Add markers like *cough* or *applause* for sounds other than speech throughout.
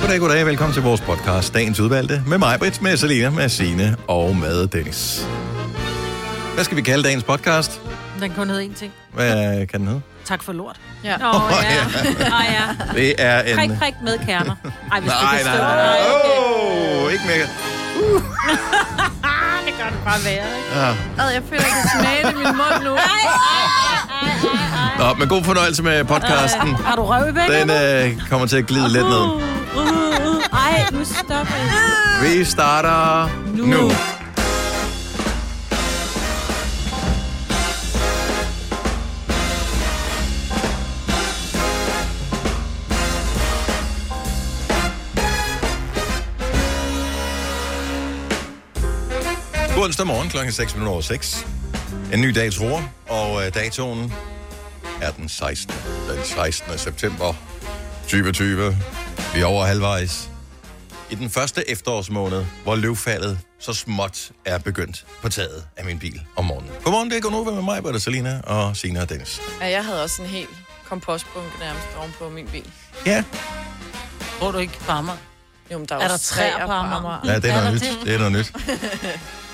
Goddag, goddag. Velkommen til vores podcast, Dagens Udvalgte, med mig, Britt, med Selina, med Signe og med Dennis. Hvad skal vi kalde dagens podcast? Den kun hed én ting. Hvad kan den hedde? Tak for lort. Ja. Nå, oh, ja. Nå, ja. Det er en... Prik, prik med kerner. Ej, hvis Nej, det kan nej, stå. nej. okay. Åh, ikke mere. Ah, det gør det bare værre, ikke? Ah. Ad, jeg føler, jeg kan smage det i min mund nu. Ej, ej, ej, ej, ej. Nå, men god fornøjelse med *laughs* podcasten. Har du røv i begge? Den øh, kommer til at glide lidt ned. Uh, uh, uh. Ej, nu stopper jeg. Vi starter nu. Nu. nu. God onsdag morgen klokken er 6 minutter over 6. En ny dag tror, og øh, datoen er den 16. Den 16. september 2020. Vi er over halvvejs i den første efterårsmåned, hvor løvfaldet så småt er begyndt på taget af min bil om morgenen. Godmorgen, det er Gunova med mig, Bette Salina og Sina og Dennis. Ja, jeg havde også en hel kompostbunke nærmest ovenpå min bil. Ja, Tror du ikke på mig? Jo, men der Er var der træer på Amager? ja det Er er der noget nyt. det? Det er noget nyt. *laughs*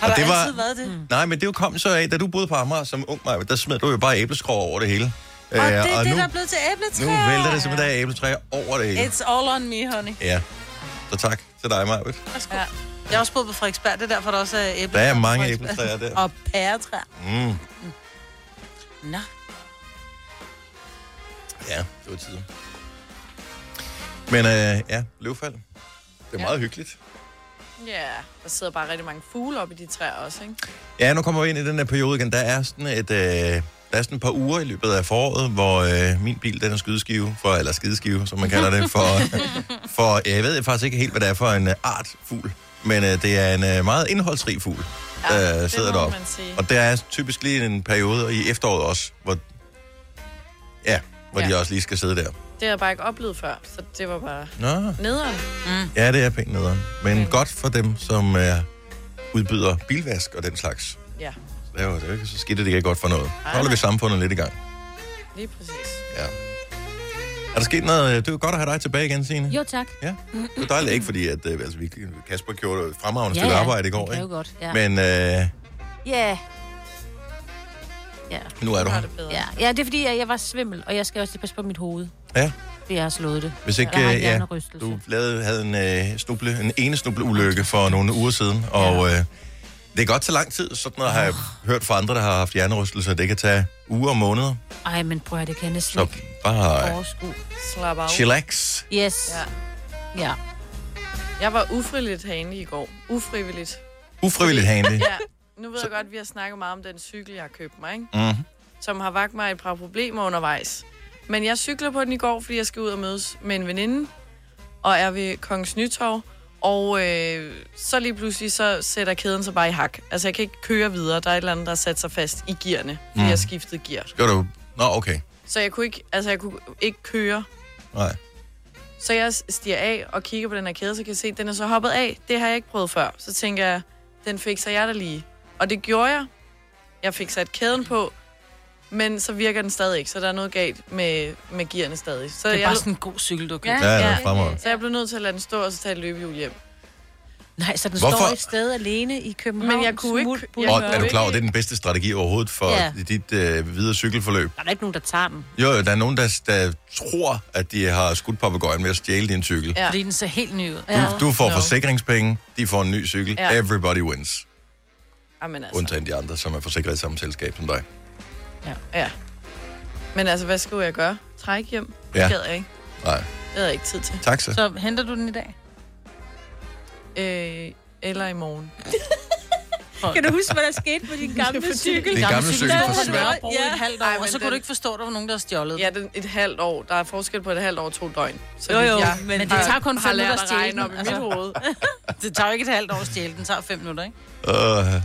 Har Og du det var- altid været det? Mm. Nej, men det jo kom så af, da du boede på Amager som ung, Maja, der smed du jo bare æbleskrog over det hele. Og Øh, det er det, nu, der er blevet til æbletræer. nu vælter det simpelthen af æbletræer over det hele. It's all on me, honey. Ja, så tak til dig, Maja. Værsgo. Ja. Jeg har også boet på Frederiksberg, det er derfor, der også er æbletræer. Der er på mange Frederiksberg. æbletræer der. Og pæretræer. Mm. Nå. Ja, det var tiden. Men øh, ja, løvfald. Det er meget hyggeligt. Ja, der sidder bare rigtig mange fugle op i de træer også, ikke? Ja, nu kommer vi ind i den her periode igen. Der er sådan et, øh, der er sådan et par uger i løbet af foråret, hvor øh, min bil, den er skydeskive, for, eller skideskive, som man kalder *laughs* det, for, for jeg ved faktisk ikke helt, hvad det er for en øh, art fugl, men øh, det er en øh, meget indholdsrig fugl, der det sidder må deroppe. man sige. Og der er typisk lige en periode i efteråret også, hvor, ja, hvor ja. de Ja. også lige skal sidde der. Det har jeg bare ikke oplevet før, så det var bare Nå, nederen. ja, det er pænt nederen. Men godt for dem, som øh, udbyder bilvask og den slags. Ja, Det er jo det er jo ikke så skidt, at det ikke er godt for noget. Så holder vi samfundet lidt i gang. lige præcis. Ja. Er der sket noget? Det er jo godt at have dig tilbage igen, Signe. Jo tak. Ja, det er dejligt. Ikke fordi, at øh, altså, vi, Kasper gjorde et fremragende Ja, stykke ja. arbejde i går, Det er jo ikke? godt. Ja. Men... Men øh, Ja. Ja. nu er du Nu har her. det bedre. ja. Ja, det er fordi, at jeg var svimmel, og jeg skal også lige passe på mit hoved, Ja, fordi jeg har slået det. hvis ikke... Jeg har en øh, ja, hjernerystelse. du lavede, havde en, øh, snuble, en ene snubleulykke for nogle uger siden, og øh, det er godt så lang tid. Sådan noget har jeg hørt fra andre, der har haft hjernerystelse. Det kan tage uger og måneder. Ej, men prøv at høre, det kan jeg næsten Så ikke bare overskue. Slap af. chillax. Yes. Ja. Ja. ja. Jeg var ufrivilligt herinde i går. Ufrivilligt. Ufrivilligt handy. Ja, nu ved jeg godt, at vi har snakket meget om den cykel, jeg har købt mig, ikke? Mhm. som har vagt mig et par problemer undervejs. Men jeg cykler på den i går, fordi jeg skal ud og mødes med en veninde, og er ved Kongens Nytorv. Og øh, så lige pludselig, så sætter kæden sig bare i hak. Altså, jeg kan ikke køre videre. Der er et eller andet, der har sat sig fast i gearne, fordi mm. Mhm. jeg skiftede gear. Gør du... Nå, okay. Så jeg kunne ikke, altså, jeg kunne ikke køre. Nej. Så jeg stiger af og kigger på den her kæde, så kan jeg se, at den er så hoppet af. Det har jeg ikke prøvet før. Så tænker jeg, den fikser jeg da lige. Og det gjorde jeg. Jeg fik sat kæden på, men så virker den stadig ikke, så der er noget galt med, med gearne stadig. Så, Det er jeg, bare sådan en god cykel, du kan. Ja. Ja. Ja, ja. fremragende. så jeg blev nødt til at lade den stå og så tage et løbehjul hjem. Nej, så den Hvorfor? Hvorfor? står et sted alene i København. Men jeg kunne ikke- smut, bul- jeg- Og Ja. er du klar over, at det er den bedste strategi overhovedet for ja. Ja. dit øh, videre cykelforløb? Der er da ikke nogen, der tager dem. Jo, jo, der er nogen, der, der tror, at de har skudt papegøjen ved at stjæle din cykel. Ja. Ja. Fordi den ser helt ny ud. Ja. Du, du får Nå. forsikringspenge, de får en ny cykel. Ja. Ja. Everybody wins. Jamen altså, Undtagen de andre, som er forsikret i samme selskab som dig. ja. Men altså, hvad skulle jeg gøre? Træk hjem? Ja. Det gad jeg ikke. Nej, Det havde jeg ikke tid til. taxa. Så henter du den i dag? Øh, eller i *laughs* morgen. Kan du huske, hvad der skete på din *laughs* gamle cykel? Din gamle cykel Den forsvandt. var på Ja. et halvt år, Ej, men og så kunne den- du ikke forstå, at der var nogen, der har stjålet. den. Ja, den, et halvt år. Der er forskel på et halvt år og to døgn. Så Jo, vidt jo, jeg men det har- tager kun har fem lært minutter at at stjæle regne den, op i mit altså. hoved. Det tager jo ikke et halvt år at stjæle, den tager fem minutter, ikke? Uh,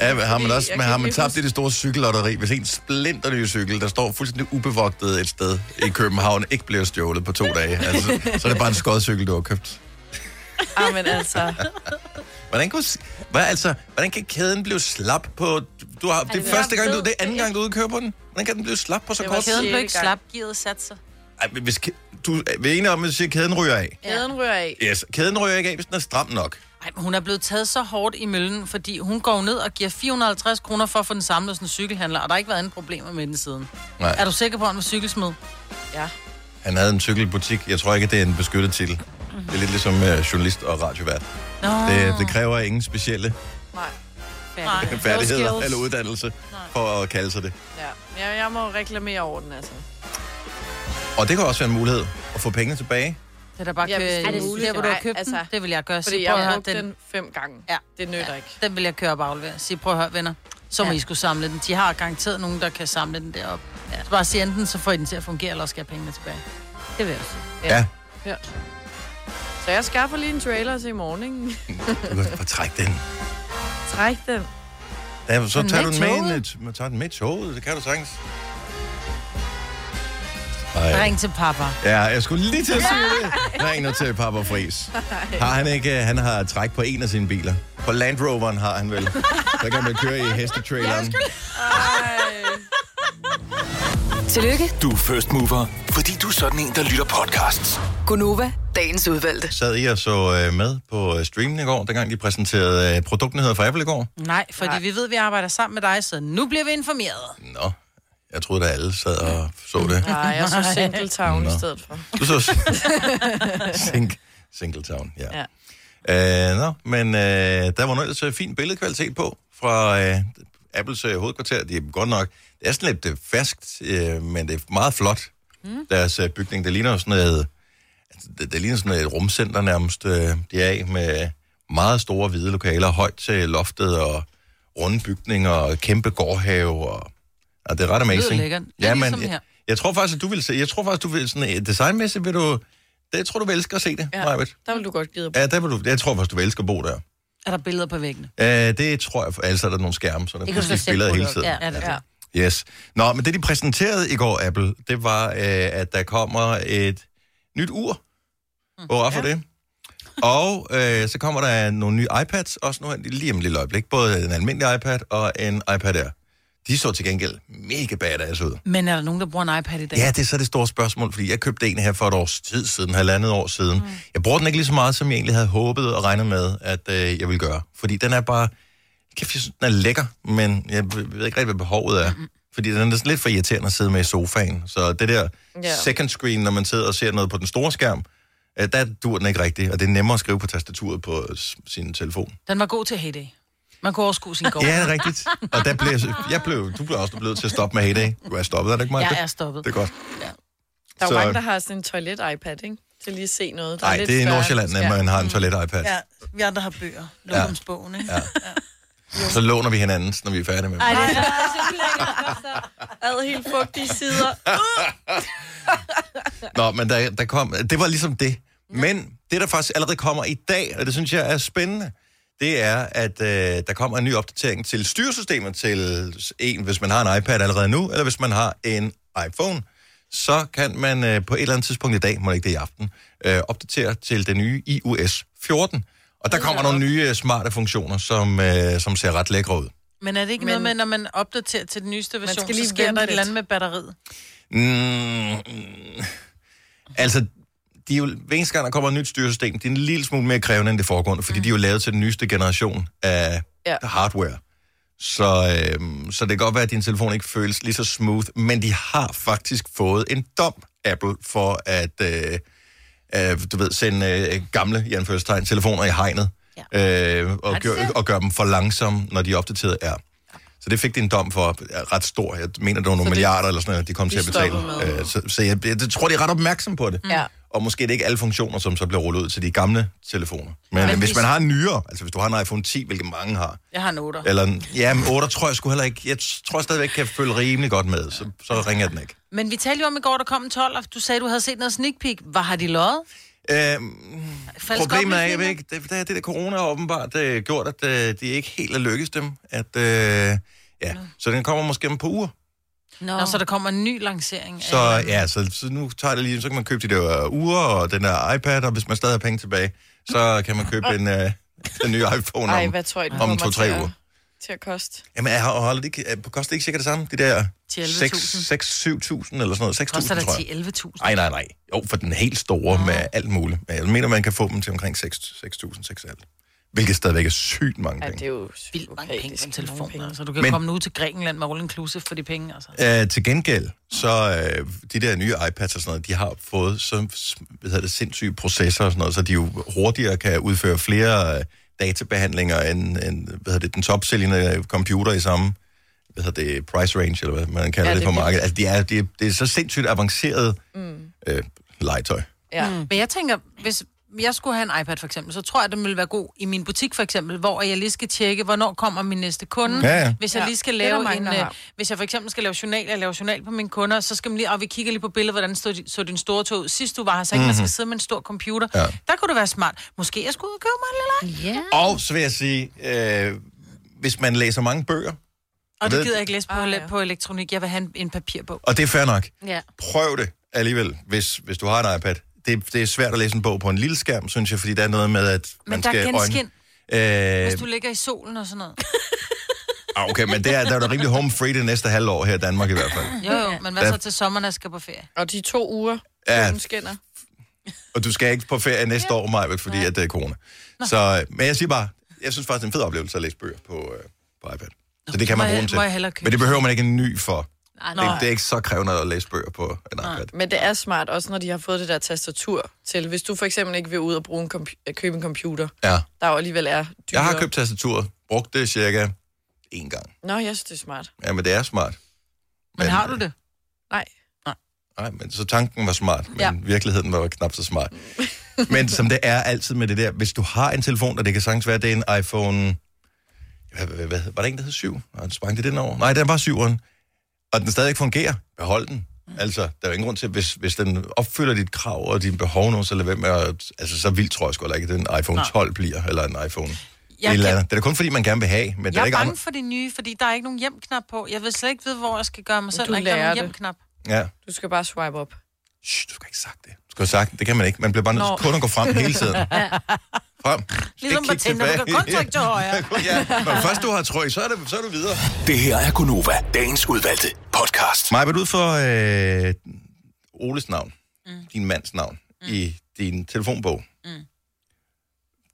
ja, men har man, Fordi også, jeg men kan har ikke man lige tabt huske- i det store cykellotteri, hvis en splinterny cykel, der står fuldstændig ubevogtet et sted i København, ikke bliver stjålet på to dage? Altså, så er det bare en skodcykel, du har købt. Ah, men *laughs* altså, Hvordan, kunne, hvad, altså, hvordan kan kæden blive slap på... Du har, det er det første gang, du, ved- det er anden gang, du udkøber den. Hvordan kan den blive slap på så Det kort var tid? kæden. Kæden blev ikke gang. slap, gearet satte sig. Ej, men hvis, kæ- du er vi er enige om, at du siger, at kæden ryger af. Kæden ryger af. Yes, kæden ryger ikke af, hvis den er stram nok. Ej, men hun er blevet taget så hårdt i møllen, fordi hun går ned og giver 450 kroner for at få den samlet hos en cykelhandler, og der har ikke været andre problemer med den siden. Nej. Er du sikker på, at han var cykelsmed? Ja. Han havde en cykelbutik. Jeg tror ikke, det er en beskyttet titel. Det er lidt ligesom øh, journalist og radiovært. Nå, Det, det kræver ingen specielle Nej. nej. Færdig. færdigheder skills. eller uddannelse for at kalde sig det. Ja. Jeg, jeg må reklamere over den, altså. Og det kan også være en mulighed at få penge tilbage. øh, Det er da bare Ja, hvis det er kø- muligt. der, hvor du har Nej, købt den. altså, Det vil jeg gøre. Fordi Sige, prøv jeg at har høre, brugt den. den, den fem gange. Ja. Det nytter ikke. den vil jeg køre og baglevere. Sige, prøv at høre, venner. Så må Ja. I skulle samle den. De har garanteret nogen, der kan samle den derop. Ja. Så bare sige, enten så får I den til at fungere, eller også skal jeg have pengene tilbage. Det vil jeg også. Ja. ja. Ja. Så jeg skaffer lige en trailer til i morgen, *laughs* ikke? Du kan bare trække den. Træk den. Ja, så Men tager du med den med, toget? ind, øh, tager den med i toget. Det kan du sagtens. Ej. Ring til papa. Ja, jeg skulle lige til at sige det. Ring nu til Papa Fris. Har han ikke, øh, han har træk på en af sine biler. På Land Roveren har han vel. Så kan man køre i hestetraileren. Ej. Tillykke, Du er first mover, fordi du er sådan en, der lytter podcasts. Gunova, dagens udvalgte. Sad I og så øh, med på øh, streamen i går, dengang de præsenterede øh, produktnyheder fra Apple i går? Nej, fordi Nej. vi ved, at vi arbejder sammen med dig, så nu bliver vi informeret. Nå, jeg troede da alle sad og så det. Nej, jeg så Single Town i Nå. stedet for. Du så *laughs* Sink, Singletown, ja. Ja. Øh, nå, men øh, der var noget ellers øh, fin billedkvalitet på fra øh, Apples øh, hovedkvarter. Det er godt nok, det er sådan lidt øh, ferskt, øh, men det er meget flot. Mm. Deres øh, bygning, det ligner jo sådan noget, altså, det, det ligner sådan et rumcenter nærmest, øh, de er af med meget store hvide lokaler, højt til loftet og runde bygninger og kæmpe gårdhave og, og det er ret amazing. lækkert. Lidt Ja, men ligesom her. jeg, jeg, tror faktisk, at du vil se, jeg tror faktisk, du vil sådan, øh, designmæssigt vil du, det jeg tror du vil elske at se det, Ja. Majbet. Der vil du godt gide at Ja, der vil du, jeg tror faktisk, du vil elske at bo der. Er der billeder på væggene? Uh, det tror jeg, for altså er der nogle skærme, så der kan skifte billeder hele tiden. Ja, det er det. Yes. Nå, men det de præsenterede i går, Apple, det var, øh, at der kommer et nyt ur. Hvor for det? Og øh, så kommer der nogle nye iPads, også nu her, lige om et lille øjeblik. Både en almindelig iPad og en iPad Air. De så til gengæld mega badass ud. Men er der nogen, der bruger en iPad i dag? Ja, det er så det store spørgsmål, fordi jeg købte en her for et års tid siden, halvandet år siden. Mm. Jeg bruger den ikke lige så meget, som jeg egentlig havde håbet og regnet med, at øh, jeg ville gøre. Fordi den er bare... Kæft, jeg synes, den er lækker, men jeg ved ikke rigtig, hvad behovet er. Mm. Fordi den er sådan lidt for irriterende at sidde med i sofaen. Så det der Ja. yeah. second screen, når man sidder og ser noget på den store skærm, øh, der dur den ikke rigtigt, og det er nemmere at skrive på tastaturet på øh, s- sin telefon. Den var god til Heyday. Man kunne overskue *laughs* sin gård. Ja, det er rigtigt. Og der blev, jeg blev, du blev også blevet til at stoppe med Heyday. Du er stoppet, er det ikke mig? Jeg er stoppet. Det er godt. Der er Så- jo mange, der har sådan en toilet-iPad, ikke? Til lige at se noget. Der Nej, lidt Mm. det er i større Nordsjælland, at skærm. man har en toilet-iPad. Ja, vi andre har bøger. Lukkomsbogen, ikke? Ja. Så låner vi hinandens, når vi er færdige med dem. Ej, det er så ulækkert. Ad helt fugtige sider. Nå, men der, der kom, det var ligesom det. Men det, der faktisk allerede kommer i dag, og det synes jeg er spændende, det er, at øh, der kommer en ny opdatering til styresystemet til en, hvis man har en iPad allerede nu, eller hvis man har en iPhone, så kan man øh, på et eller andet tidspunkt i dag, må det ikke det i aften, øh, opdatere til det nye iOS 14. Og der kommer nogle nye øh, smarte funktioner, som, øh, som ser ret lækre ud. *laughs* Men er det ikke Men- noget med, når man opdaterer til den nyeste version, skal lige lige så sker vente der et eller lidt. andet med batteriet? Mm, altså, de er jo, hver eneste gang, der kommer et nyt styresystem, det er en lille smule mere krævende end det foregående, fordi mm. de er jo lavet til den nyeste generation af ja. Ja. hardware. Så, øhm, så det kan godt være, at din telefon ikke føles lige så smooth, men de har faktisk fået en dom, Apple, for at øh, øh, du ved, sende øh, gamle i anførselstegn, telefoner i hegnet, ja. øh, og, gør, og gøre dem for langsomme, når de opdateret er. Så det fik de en dom for øh, ret stor. Jeg mener, det var nogle det- milliarder eller sådan noget, de kom til at de betale. stopper med- Øh, så så jeg, jeg tror, de er ret opmærksom på det. Ja. Og måske er det ikke alle funktioner, som så bliver rullet ud til de gamle telefoner. Men, Men Men hvis hvis- man har en nyere, altså hvis du har en iPhone 10, hvilket mange har, Jeg har en 8. Ja. eller en, ja, men 8 tror jeg sgu heller ikke, jeg tror jeg stadigvæk kan følge rimelig godt med, så, så ringer jeg den ikke. Men vi talte jo om i går, der kom en 12, og du sagde, du havde set noget sneak peek. Hvad har de løjet? Øhm, Falsk Problemet er, jeg ved oplysninger? ikke, det, det, er det der corona har åbenbart øh, gjort, at øh, de ikke helt er lykkes dem. At, øh, ja. Så den kommer måske om et par uger. Nå, Nå, så der kommer en ny lancering. af- Så ja, så, så nu tager det lige, så kan man købe de der øh, uger og den der iPad, og hvis man stadig har penge tilbage, så kan man købe en, øh, den nye iPhone Ej, om, hvad tror I, den om kommer til to-tre at- uger. til at koste. Jamen, jeg har holdt ikke, er- koster det ikke cirka det samme? De der 11.000. 6-7.000 eller sådan noget. 6.000, Koster der tror jeg. 10-11.000? Nej, nej, nej. Jo, for den helt store oh. med alt muligt. Men jeg mener, man kan få dem til omkring 6.000, 6.500. Hvilket stadigvæk er sygt mange Ja, penge. det er jo vildt mange penge på en psykopatisk telefon. mange penge. Altså, du kan Men- Men... komme nu til Grækenland med all inclusive for de penge. Altså. Øh, til gengæld, så øh, de der nye iPads og sådan noget, de har fået så hvad hedder det, sindssyge processorer og sådan noget, så de jo hurtigere kan udføre flere øh, databehandlinger end, end hvad hedder det, den topsælgende øh, computer i samme hvad hedder det, price range, eller hvad man kalder ja, Ja, det det, på er markedet. Altså, det er, det, er, det er så sindssygt avanceret mm. øh, legetøj. Ja. Mm. Men jeg tænker, hvis jeg skulle have en iPad for eksempel, så tror jeg, at den ville være god i min butik for eksempel, hvor jeg lige skal tjekke, hvornår kommer min næste kunde. Ja, ja. Hvis jeg Ja, lige skal det er der lave mange, en, der øh, har. hvis jeg for eksempel skal lave journal, jeg laver journal på mine kunder, så skal man lige, og vi kigger lige på billedet, hvordan stod, så din store tog ud. Sidst du var her, så ikke mm-hmm. man skal sidde med en stor computer. Mhm. Ja. Ja. Der kunne det være smart. Måske jeg skulle ud og købe mig en lille iPad. Ja. Og så vil jeg sige, øh, hvis man læser mange bøger, Og Ved- det gider jeg ikke læse på, Ah, ah, ja. på elektronik. Jeg vil have en, en papirbog. og det er fair nok, Ja. prøv det alligevel, hvis, hvis du har en iPad. Det, det er svært at læse en bog på en lille skærm, synes jeg, fordi der er noget med, at Men man der er skal genskin, Øh, hvis du ligger i solen og sådan noget. ah, okay, men det er, der er da rimelig home free det næste halvår her i Danmark i hvert fald. Jo, jo, men hvad Ja. så til sommeren, når jeg skal på ferie? Og de to uger, Ja. ja. hun skinner. Og du skal ikke på ferie næste år, Maja, fordi at det er corona. Så, øh, men jeg siger bare, jeg synes faktisk, det er en fed oplevelse at læse bøger på, øh, på iPad. Så det kan Må man bruge jeg- den til. må jeg hellere købe Men det den? behøver man ikke en ny for. Nej, Det, det er ikke så krævende at læse bøger på en iPad. Men det er smart, også når de har fået det der tastatur til. Hvis du for eksempel ikke vil ud og bruge en compu- øh, købe en computer, Ja. der jo alligevel er dyre. Jeg har købt tastaturet, brugt det cirka én gang. Nå, jeg synes, det er smart. Ja, men det er smart. Men har du det? Nej. Nej, men så tanken var smart, men ja. virkeligheden var jo knap så smart. *laughs* men som det er altid med det der, hvis du har en telefon, og det kan sagtens være, det er en iPhone... Hvad, hvad, hvad, var der en, der hed 7? Nej, sprang det den over? Nej, den var 7'eren. Og den stadig fungerer. Behold den. Altså, der er jo ingen grund til, hvis, hvis den opfylder dit krav og dine behov nu, så lad være med at, Altså, så vildt tror jeg sgu heller ikke, at den iPhone 12 bliver, eller en iPhone... Jeg, et eller kan, andet. Det er da kun fordi, man gerne vil have, men det jeg er er ikke bange for det nye, fordi der er ikke nogen hjemknap på. Jeg vil slet ikke vide, hvor jeg skal gøre mig selv, Du når ikke der er lærer nogen det. hjemknap. Ja. Du skal bare swipe op. Shh, du skal ikke have sagt det. Du skal have sagt, det kan man ikke. Man bliver bare nødt Nå. til kun at gå frem hele *laughs* tiden. *laughs* Frem. Du skal Ligesom ikke på kigge Tinder, du kan tilbage. kun trykke til højre. *laughs* ja, når først du har trøj, så er, det, så er du videre. Det her er Gunova, dagens udvalgte podcast. Maja, vil du ud for øh, Oles navn, mm. din mands navn, mm. i din telefonbog? Mm.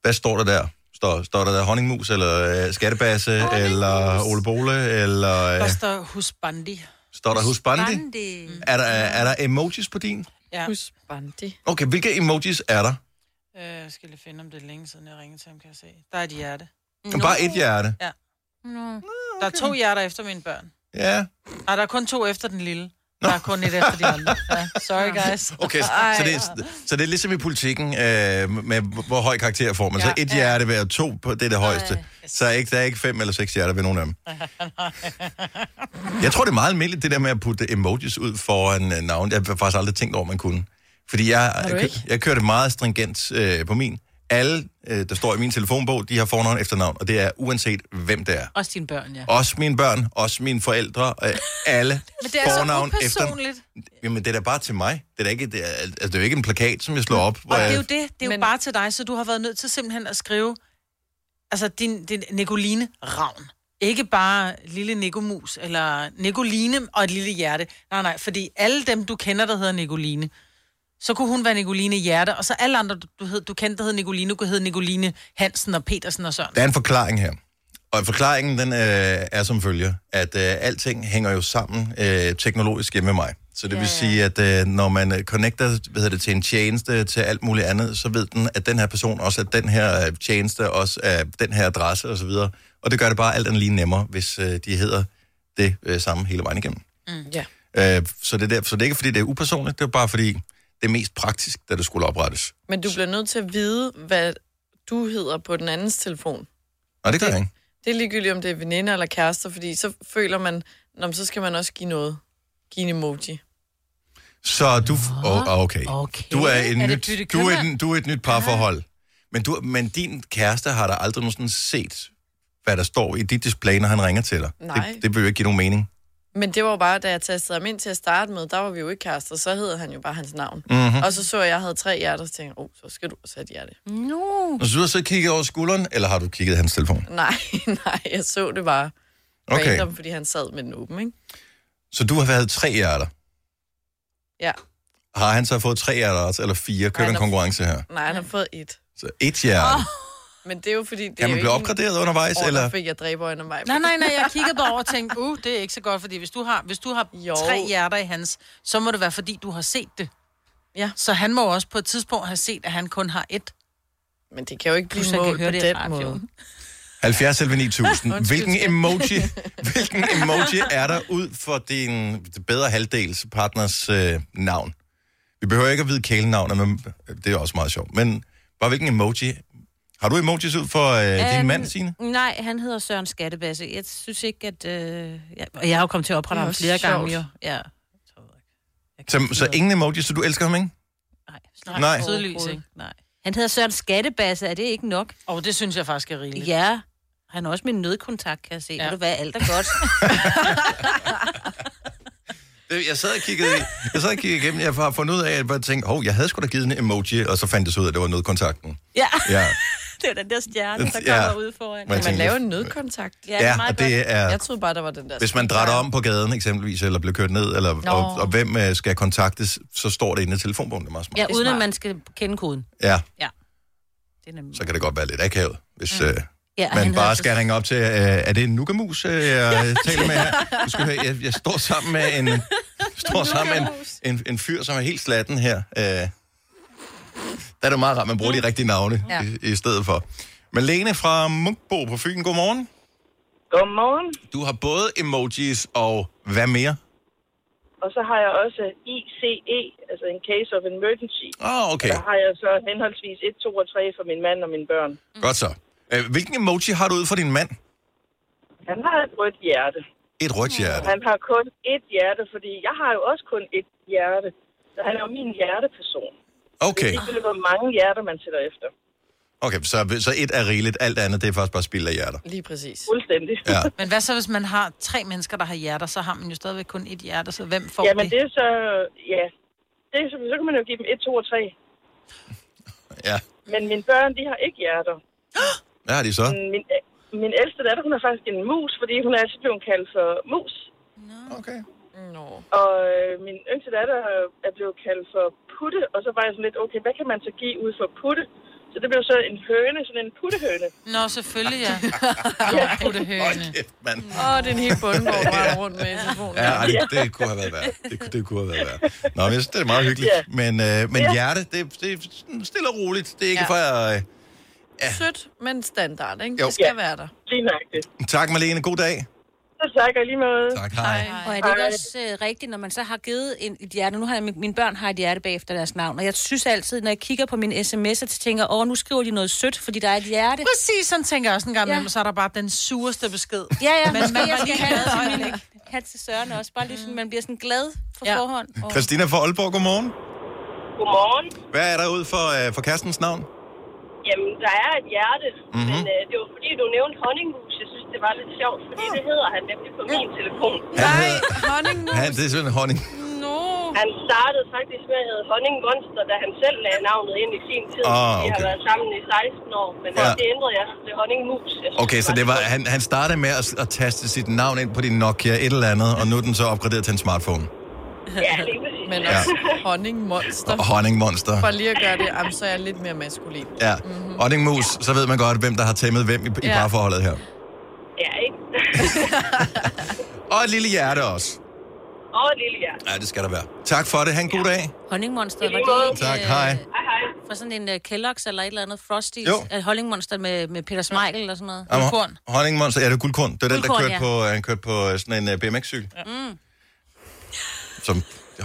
Hvad står der der? Står, står der der honningmus, eller øh, skattebasse, eller Ole Bole, eller øh, Der står husbandi. står der husbandi? Bandi. Mm. Er der, er der emojis på din? Ja. Husk Bandi. Okay, hvilke emojis er der? Øh, jeg skal lige finde, om det er længe siden, jeg ringede til ham, kan jeg se. Der er et hjerte. No. Bare et hjerte. Der er to hjerter efter mine børn. Ja. Nej, der er kun to efter den lille. Der er kun et efter de andre. Ja, sorry, guys. Okay, så *laughs* det, er, så det er ligesom i politikken, øh, med hvor- hvor høj karakter får man. Ja. Så et hjerte hver, to på det er det højeste. Så er ikke, der er ikke fem eller seks hjerter ved nogen af dem. Jeg tror, det er meget almindeligt, det der med at putte emojis ud foran øh, navn. Jeg har faktisk aldrig tænkt over, man kunne. Fordi jeg, du jeg, ikke? kø- jeg kørte meget stringent øh, på min. Alle, øh, der står i min telefonbog, de har fornavn og efternavn, og det er uanset, hvem det er. Også dine børn, ja. Også mine børn, også mine forældre, øh, alle *laughs* Men det er så fornavn, efternavn. upersonligt. Jamen, det er da bare til mig. Det er da ikke, det er, altså, det er jo ikke en plakat, som jeg slår op. Hvor Og det er jeg, jo det. Det er jo Men- bare til dig, så du har været nødt til simpelthen at skrive, altså din, din Nicoline Ravn. Ikke bare lille Nicomus, eller Nicoline og et lille hjerte. Nej, nej, fordi alle dem, du kender, der hedder Nicoline, så kunne hun være Nicoline Hjerte, og så alle andre, du, du, hed, du kendte, der hed Nicoline, kunne hedde Nicoline Hansen og Petersen og Søren. Der er en forklaring her. Og forklaringen, den øh, er som følger, at øh, alting hænger jo sammen øh, teknologisk hjemme med mig. Så det vil sige, at øh, når man øh, connecter hvad hedder det, til en tjeneste, til alt muligt andet, så ved den, at den her person også er den her øh, tjeneste, også er den her adresse osv. Og, og det gør det bare alt andet lige nemmere, hvis øh, de hedder det øh, samme hele vejen igennem. Mm. Ja. Øh, så, det er der, så det er ikke, fordi det er upersonligt, det er bare fordi, det er mest praktisk, da det skulle oprettes. Men du bliver nødt til at vide, hvad du hedder på den andens telefon. Nej, det gør jeg ikke. Det er ligegyldigt, om det er veninder eller kærester, fordi så føler man, "Nå, men så skal man også give noget. Give en emoji. Så du... Oh, okay. Okay. Du er, en Er det nyt, bytte du, er købmand? et, du er et nyt parforhold. Men, du, men din kæreste har da aldrig nogensinde set, hvad der står i dit display, når han ringer til dig. Nej. Det, det vil jo ikke give nogen mening. Men det var jo bare, da jeg tastede ham ind til at starte med, der var vi jo ikke kærester, så hed han jo bare hans navn. Mhm. Og så så jeg, at jeg havde tre hjerter, og så tænkte jeg, oh, så skal du også have et hjerte. No. Og så du har så kigget over skulderen, eller har du kigget i hans telefon? *laughs* Nej, nej, jeg så det bare Okay. okay. random, fordi han sad med den åben, ikke? Så du har været tre hjerter. Ja, Har han så fået tre hjerter også, eller fire? Kører Nej, der en der- konkurrence her? nej, han har fået et. Så et hjerte. Oh, Men det er jo fordi... Det er kan jo man blive ikke en- opgraderet undervejs, Åh, eller? der fik jeg dræber undervejs. Nej, nej, nej, jeg kiggede bare over og tænkte, uh, det er ikke så godt, fordi hvis du har, hvis du har Jo. jo. tre hjerter i hans, så må det være, fordi du har set det. Ja. Så han må jo også på et tidspunkt have set, at han kun har et. Men det kan jo ikke blive Plus, jeg kan målt på høre det i den radioen. måde. 70 selv 9000. Undskyld, Hvilken skat. *laughs* emoji, hvilken emoji er der ud for din bedre halvdels partners øh, navn? Vi behøver ikke at vide kælenavnet, men øh, det er også meget sjovt. Men bare hvilken emoji? Har du emojis ud for øh, din Øhm, mand, Signe? Nej, han hedder Søren Skattebasse. Jeg synes ikke, at... Øh, jeg, og jeg har jo kommet til at oprette Det er ham også flere sjovt. gange, jo. Ja. Så, så ingen emojis, så du elsker ham, ikke? Nej, Nej. Nej. Tydeligvis, ikke? nej. Han hedder Søren Skattebasse, er det ikke nok? Og oh, det synes jeg faktisk er rigeligt. Ja. Han er også min nødkontakt, kan jeg se. Ja. Ja. Ved du hvad, alt er godt. Det- Jeg sad og kiggede, i- jeg sad og kiggede igennem, jeg har fundet ud af, at jeg bare tænkte, hov, jeg havde sgu da givet en emoji, og så fandt det så ud af, at det var nødkontakten. ja, Ja, *laughs* det er den der stjerne, der Ja. kommer ud foran. Men- Ja, Kan man tænker- lave en nødkontakt? Ja. det ja er meget og det er... Jeg troede bare, der var den der... Hvis man drætter om på gaden eksempelvis, eller bliver kørt ned, eller, Nå. og, og hvem øh, skal kontaktes, så står det inde i telefonbogen. Det er meget smart. godt. Ja, uden at smart. man skal kende koden. Ja, Det er nemlig. så kan det godt være lidt akavet, hvis øh, Ja, han man hedder bare altså- skal ringe op til, øh, er det en nukamus, øh, jeg taler med her? Du skal høre, jeg, jeg står sammen med en, står sammen med en, en, en fyr, som er helt slatten her. Øh, der er det meget rart, man bruger de rigtige navne ja. i, i stedet for. Men Lene fra Munkbo på Fyn, godmorgen. Godmorgen. Du har både emojis og hvad mere? Og så har jeg også ICE, altså en case of emergency. Åh, oh, okay. Der har jeg så henholdsvis 1, 2 og 3 for min mand og mine børn. Godt så. Øh, Hvilken emoji har du ud for din mand? Han har et rødt hjerte. Et rødt hjerte. Han har kun et hjerte, fordi jeg har jo også kun et hjerte. Så han er jo min hjerteperson. Okay, Det er hvor mange hjerter, man sætter efter. okay så, så et er rigeligt, alt andet det er faktisk bare spild af hjerter. Lige præcis. Fuldstændig. *laughs* Ja. Men hvad så, hvis man har tre mennesker, der har hjerter, så har man jo stadigvæk kun et hjerte, så hvem får Jamen det? det er så... Ja. Det er, så, så kan man jo give dem 1, 2 og 3. ja. Men mine børn, de har ikke hjerter. Hvad har de så? Min, min ældste datter, hun er faktisk en mus, fordi hun er altid blevet kaldt for mus. Okay. Nå. Og øh, min yngste datter øh, er blevet kaldt for putte, og så var jeg sådan lidt, okay, hvad kan man så give ud for putte? Så det blev så en høne, sådan en puttehøne. Nå, selvfølgelig, *laughs* ja. Nå, puttehøne. Hold kæft, mand. Åh, det er en helt bundgård, hvor jeg rundt med i telefonen. Ja, ej, det, det kunne have været værd. Det, kunne- det kunne have været værd. Nå, men jeg synes, det er meget hyggeligt. Ja. Men, øh, men hjerte, det, det er sådan stille og roligt. Det er ikke Ja. for... Øh, Sødt, men standard, ikke? Jo. Det skal Ja. være der. Lige nøjagtigt. tak, Malene. God dag. Så tak og lige måde. Tak, hej. Og er det ikke også øh, rigtigt, når man så har givet en, et hjerte? Nu har jeg, min- mine børn har et hjerte bag efter deres navn, og jeg synes altid, når jeg kigger på mine sms'er, så tænker jeg, åh, nu skriver de noget sødt, fordi der er et hjerte. Præcis, sådan tænker jeg også en gang Ja. imellem, så er der bare den sureste besked. Ja, ja, Men men måske man jeg var skal lige have det glad til, min, have det til Søren også. Bare lige sådan, man bliver sådan glad for Ja. ja. forhånd. Og... Christina fra Aalborg, godmorgen. Godmorgen. Hvad er der ud for, øh, for kærestens navn? Jamen, der er et hjerte, Mhm. mm-hmm. men øh, det var fordi, du nævnte honningmus. Jeg synes, det var lidt sjovt, fordi det hedder han nemlig på min telefon. Nej, hedder- honning nu. Ja, det er sådan en honning. No. Han startede faktisk med at hedde Honningmonster, da han selv lagde navnet ind i sin tid. Ah, Vi har okay. været sammen i 16 år, men Ja. ja. det ændrede jeg til Honningmus. Jeg synes, Okay, så det var, han, han startede med at, at taste sit navn ind på din Nokia et eller andet, og nu er den så opgraderet til en smartphone. Ja, lige præcis. Men også honningmonster. Og honningmonster. For lige at gøre det, jamen, så er jeg lidt mere maskulin. Ja. Honningmus, så ved man godt, hvem der har tæmmet hvem i, i Ja. parforholdet her. Ja, ikke? Og et lille hjerte også. Og et lille hjerte. Ja, det skal der være. Tak for det. Ha' en god dag. Honningmonster, I lige var det måde. ikke, Tak, øh, hej. Hej, hej. fra sådan en uh, Kellogg's eller et eller andet Frosties? Jo. Jo. Honningmonster med, med Peter Smeichel eller sådan noget? Jamen, Guldkorn. hon- Honningmonster, ja, det er guldkorn. Det er den, der Guldkorn, kørte, på, han kørte på øh, sådan en øh, BMX-cykel. Mm. Som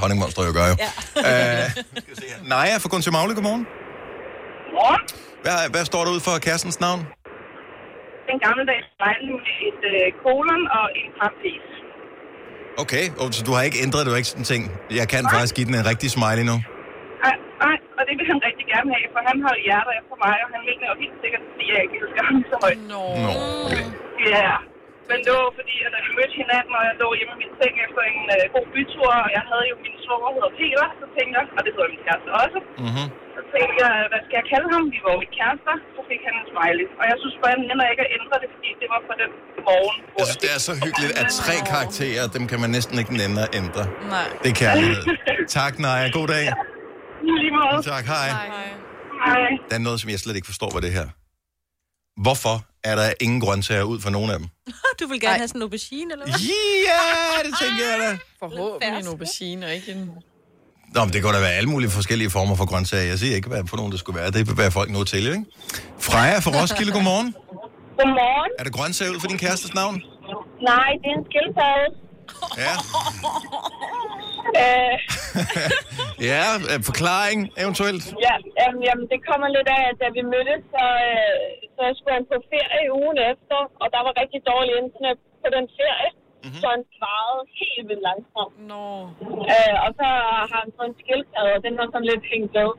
honningmonster jo gør, jo. *laughs* Ja. Uh, Naja fra Gunsø Magle, godmorgen. Morgen. Hvad, hvad står der ud for kærestens navn? Den gamle dag spejl nu et øh, kolon og en parentes. Okay, og så du har ikke ændret, du har ikke sådan ting. Jeg kan faktisk give den en rigtig smiley nu. Nej, nej, og det vil han rigtig gerne have, for han har jo hjerter efter mig, og han mener jo helt sikkert, at jeg ikke elsker ham så højt. Nå. Nå, okay. Ja, Men det var fordi, at da vi mødte hinanden, og jeg lå hjemme i min seng efter en øh, god bytur, og jeg havde jo min svoger, der hedder Peter, så tænkte jeg, og det hedder min kæreste også, Mm-hmm. så tænkte jeg, hvad skal jeg kalde ham? Vi var jo ikke kærester, så fik han en smiley. Og jeg synes bare, at jeg ikke at ændre det, fordi det var fra den morgen, hvor Jeg synes, det er så hyggeligt, at tre karakterer, dem kan man næsten ikke nænde at ændre. Nej. Det er kærlighed. Tak, Naja. God dag. *laughs* Lige lige måde. Tak, hej. Nej. Hej. Der er noget, som jeg slet ikke forstår, hvad det her. Hvorfor er der ingen grøntsager ud for nogen af dem? *laughs* Du vil gerne Ej. have sådan en aubergine, eller hvad? Ja, det tænker jeg da. Forhåbentlig en fersk. aubergine, og ikke en... Nå, men det kan da være alle mulige forskellige former for grøntsager. Jeg siger ikke, hvad for nogen det skulle være. Det bærer folk nu til, ikke? Freja fra Roskilde, godmorgen. Godmorgen. Er der grøntsager ud for din kærestes navn? Nej, det er en skildpadde. Ja. Øh, Ja, øh, forklaring eventuelt. ja, jamen, jamen, det kommer lidt af, at da vi mødtes, så, øh, så skulle han på ferie ugen efter, og der var rigtig dårlig internet på den ferie. Mhm. Mm-hmm. Så han svarede helt vildt langsomt. Nå. Øh, og så har han fået en skildpadde, og den har sådan lidt hængt *laughs* ved.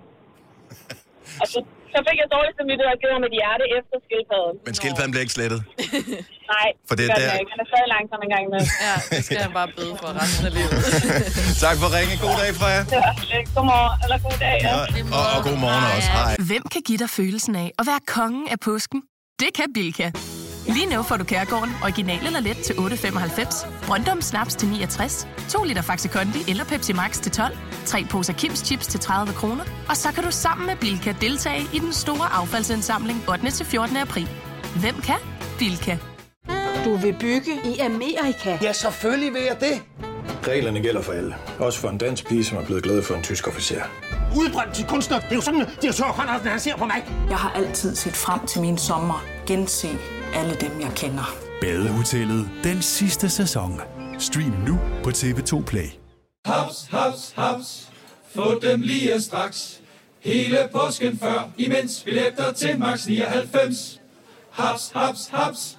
Og så, så fik jeg dårligt samvittighed og givet ham et hjerte efter skildpadden. Men skildpadden bliver ikke slettet. *laughs* Nej, For det er gør den der- ikke. Han er stadig langsom en gang imellem. Ja, det skal jeg bare bøde for resten af livet. Tak for ringen. God dag, Freja. Ja, godmorgen, eller god dag. Ja. Og, og, og god morgen også. Hej. Hvem kan give dig følelsen af at være kongen af påsken? Det kan Bilka. Lige nu får du Kærgården original eller let til 8.95, Brøndum Snaps til 69, 2 liter Faxi Kondi eller Pepsi Max til 12, 3 poser Kims Chips til 30 kroner, og så kan du sammen med Bilka deltage i den store affaldsindsamling 8. til 14. april. Hvem kan? Bilka. Du vil bygge i Amerika? Ja, selvfølgelig vil jeg det. Reglerne gælder for alle. Også for en dansk pige, som er blevet glad for en tysk officer. Udbrændt til kunstner. Det er jo sådan, at de har tørt, han ser på mig. Jeg har altid set frem til min sommer, gense alle dem, jeg kender. Badehotellet den sidste sæson. Stream nu på TV2 Play. Haps, haps, haps. Få dem lige straks. Hele påsken før, imens billetter til max 99. Haps, haps, haps.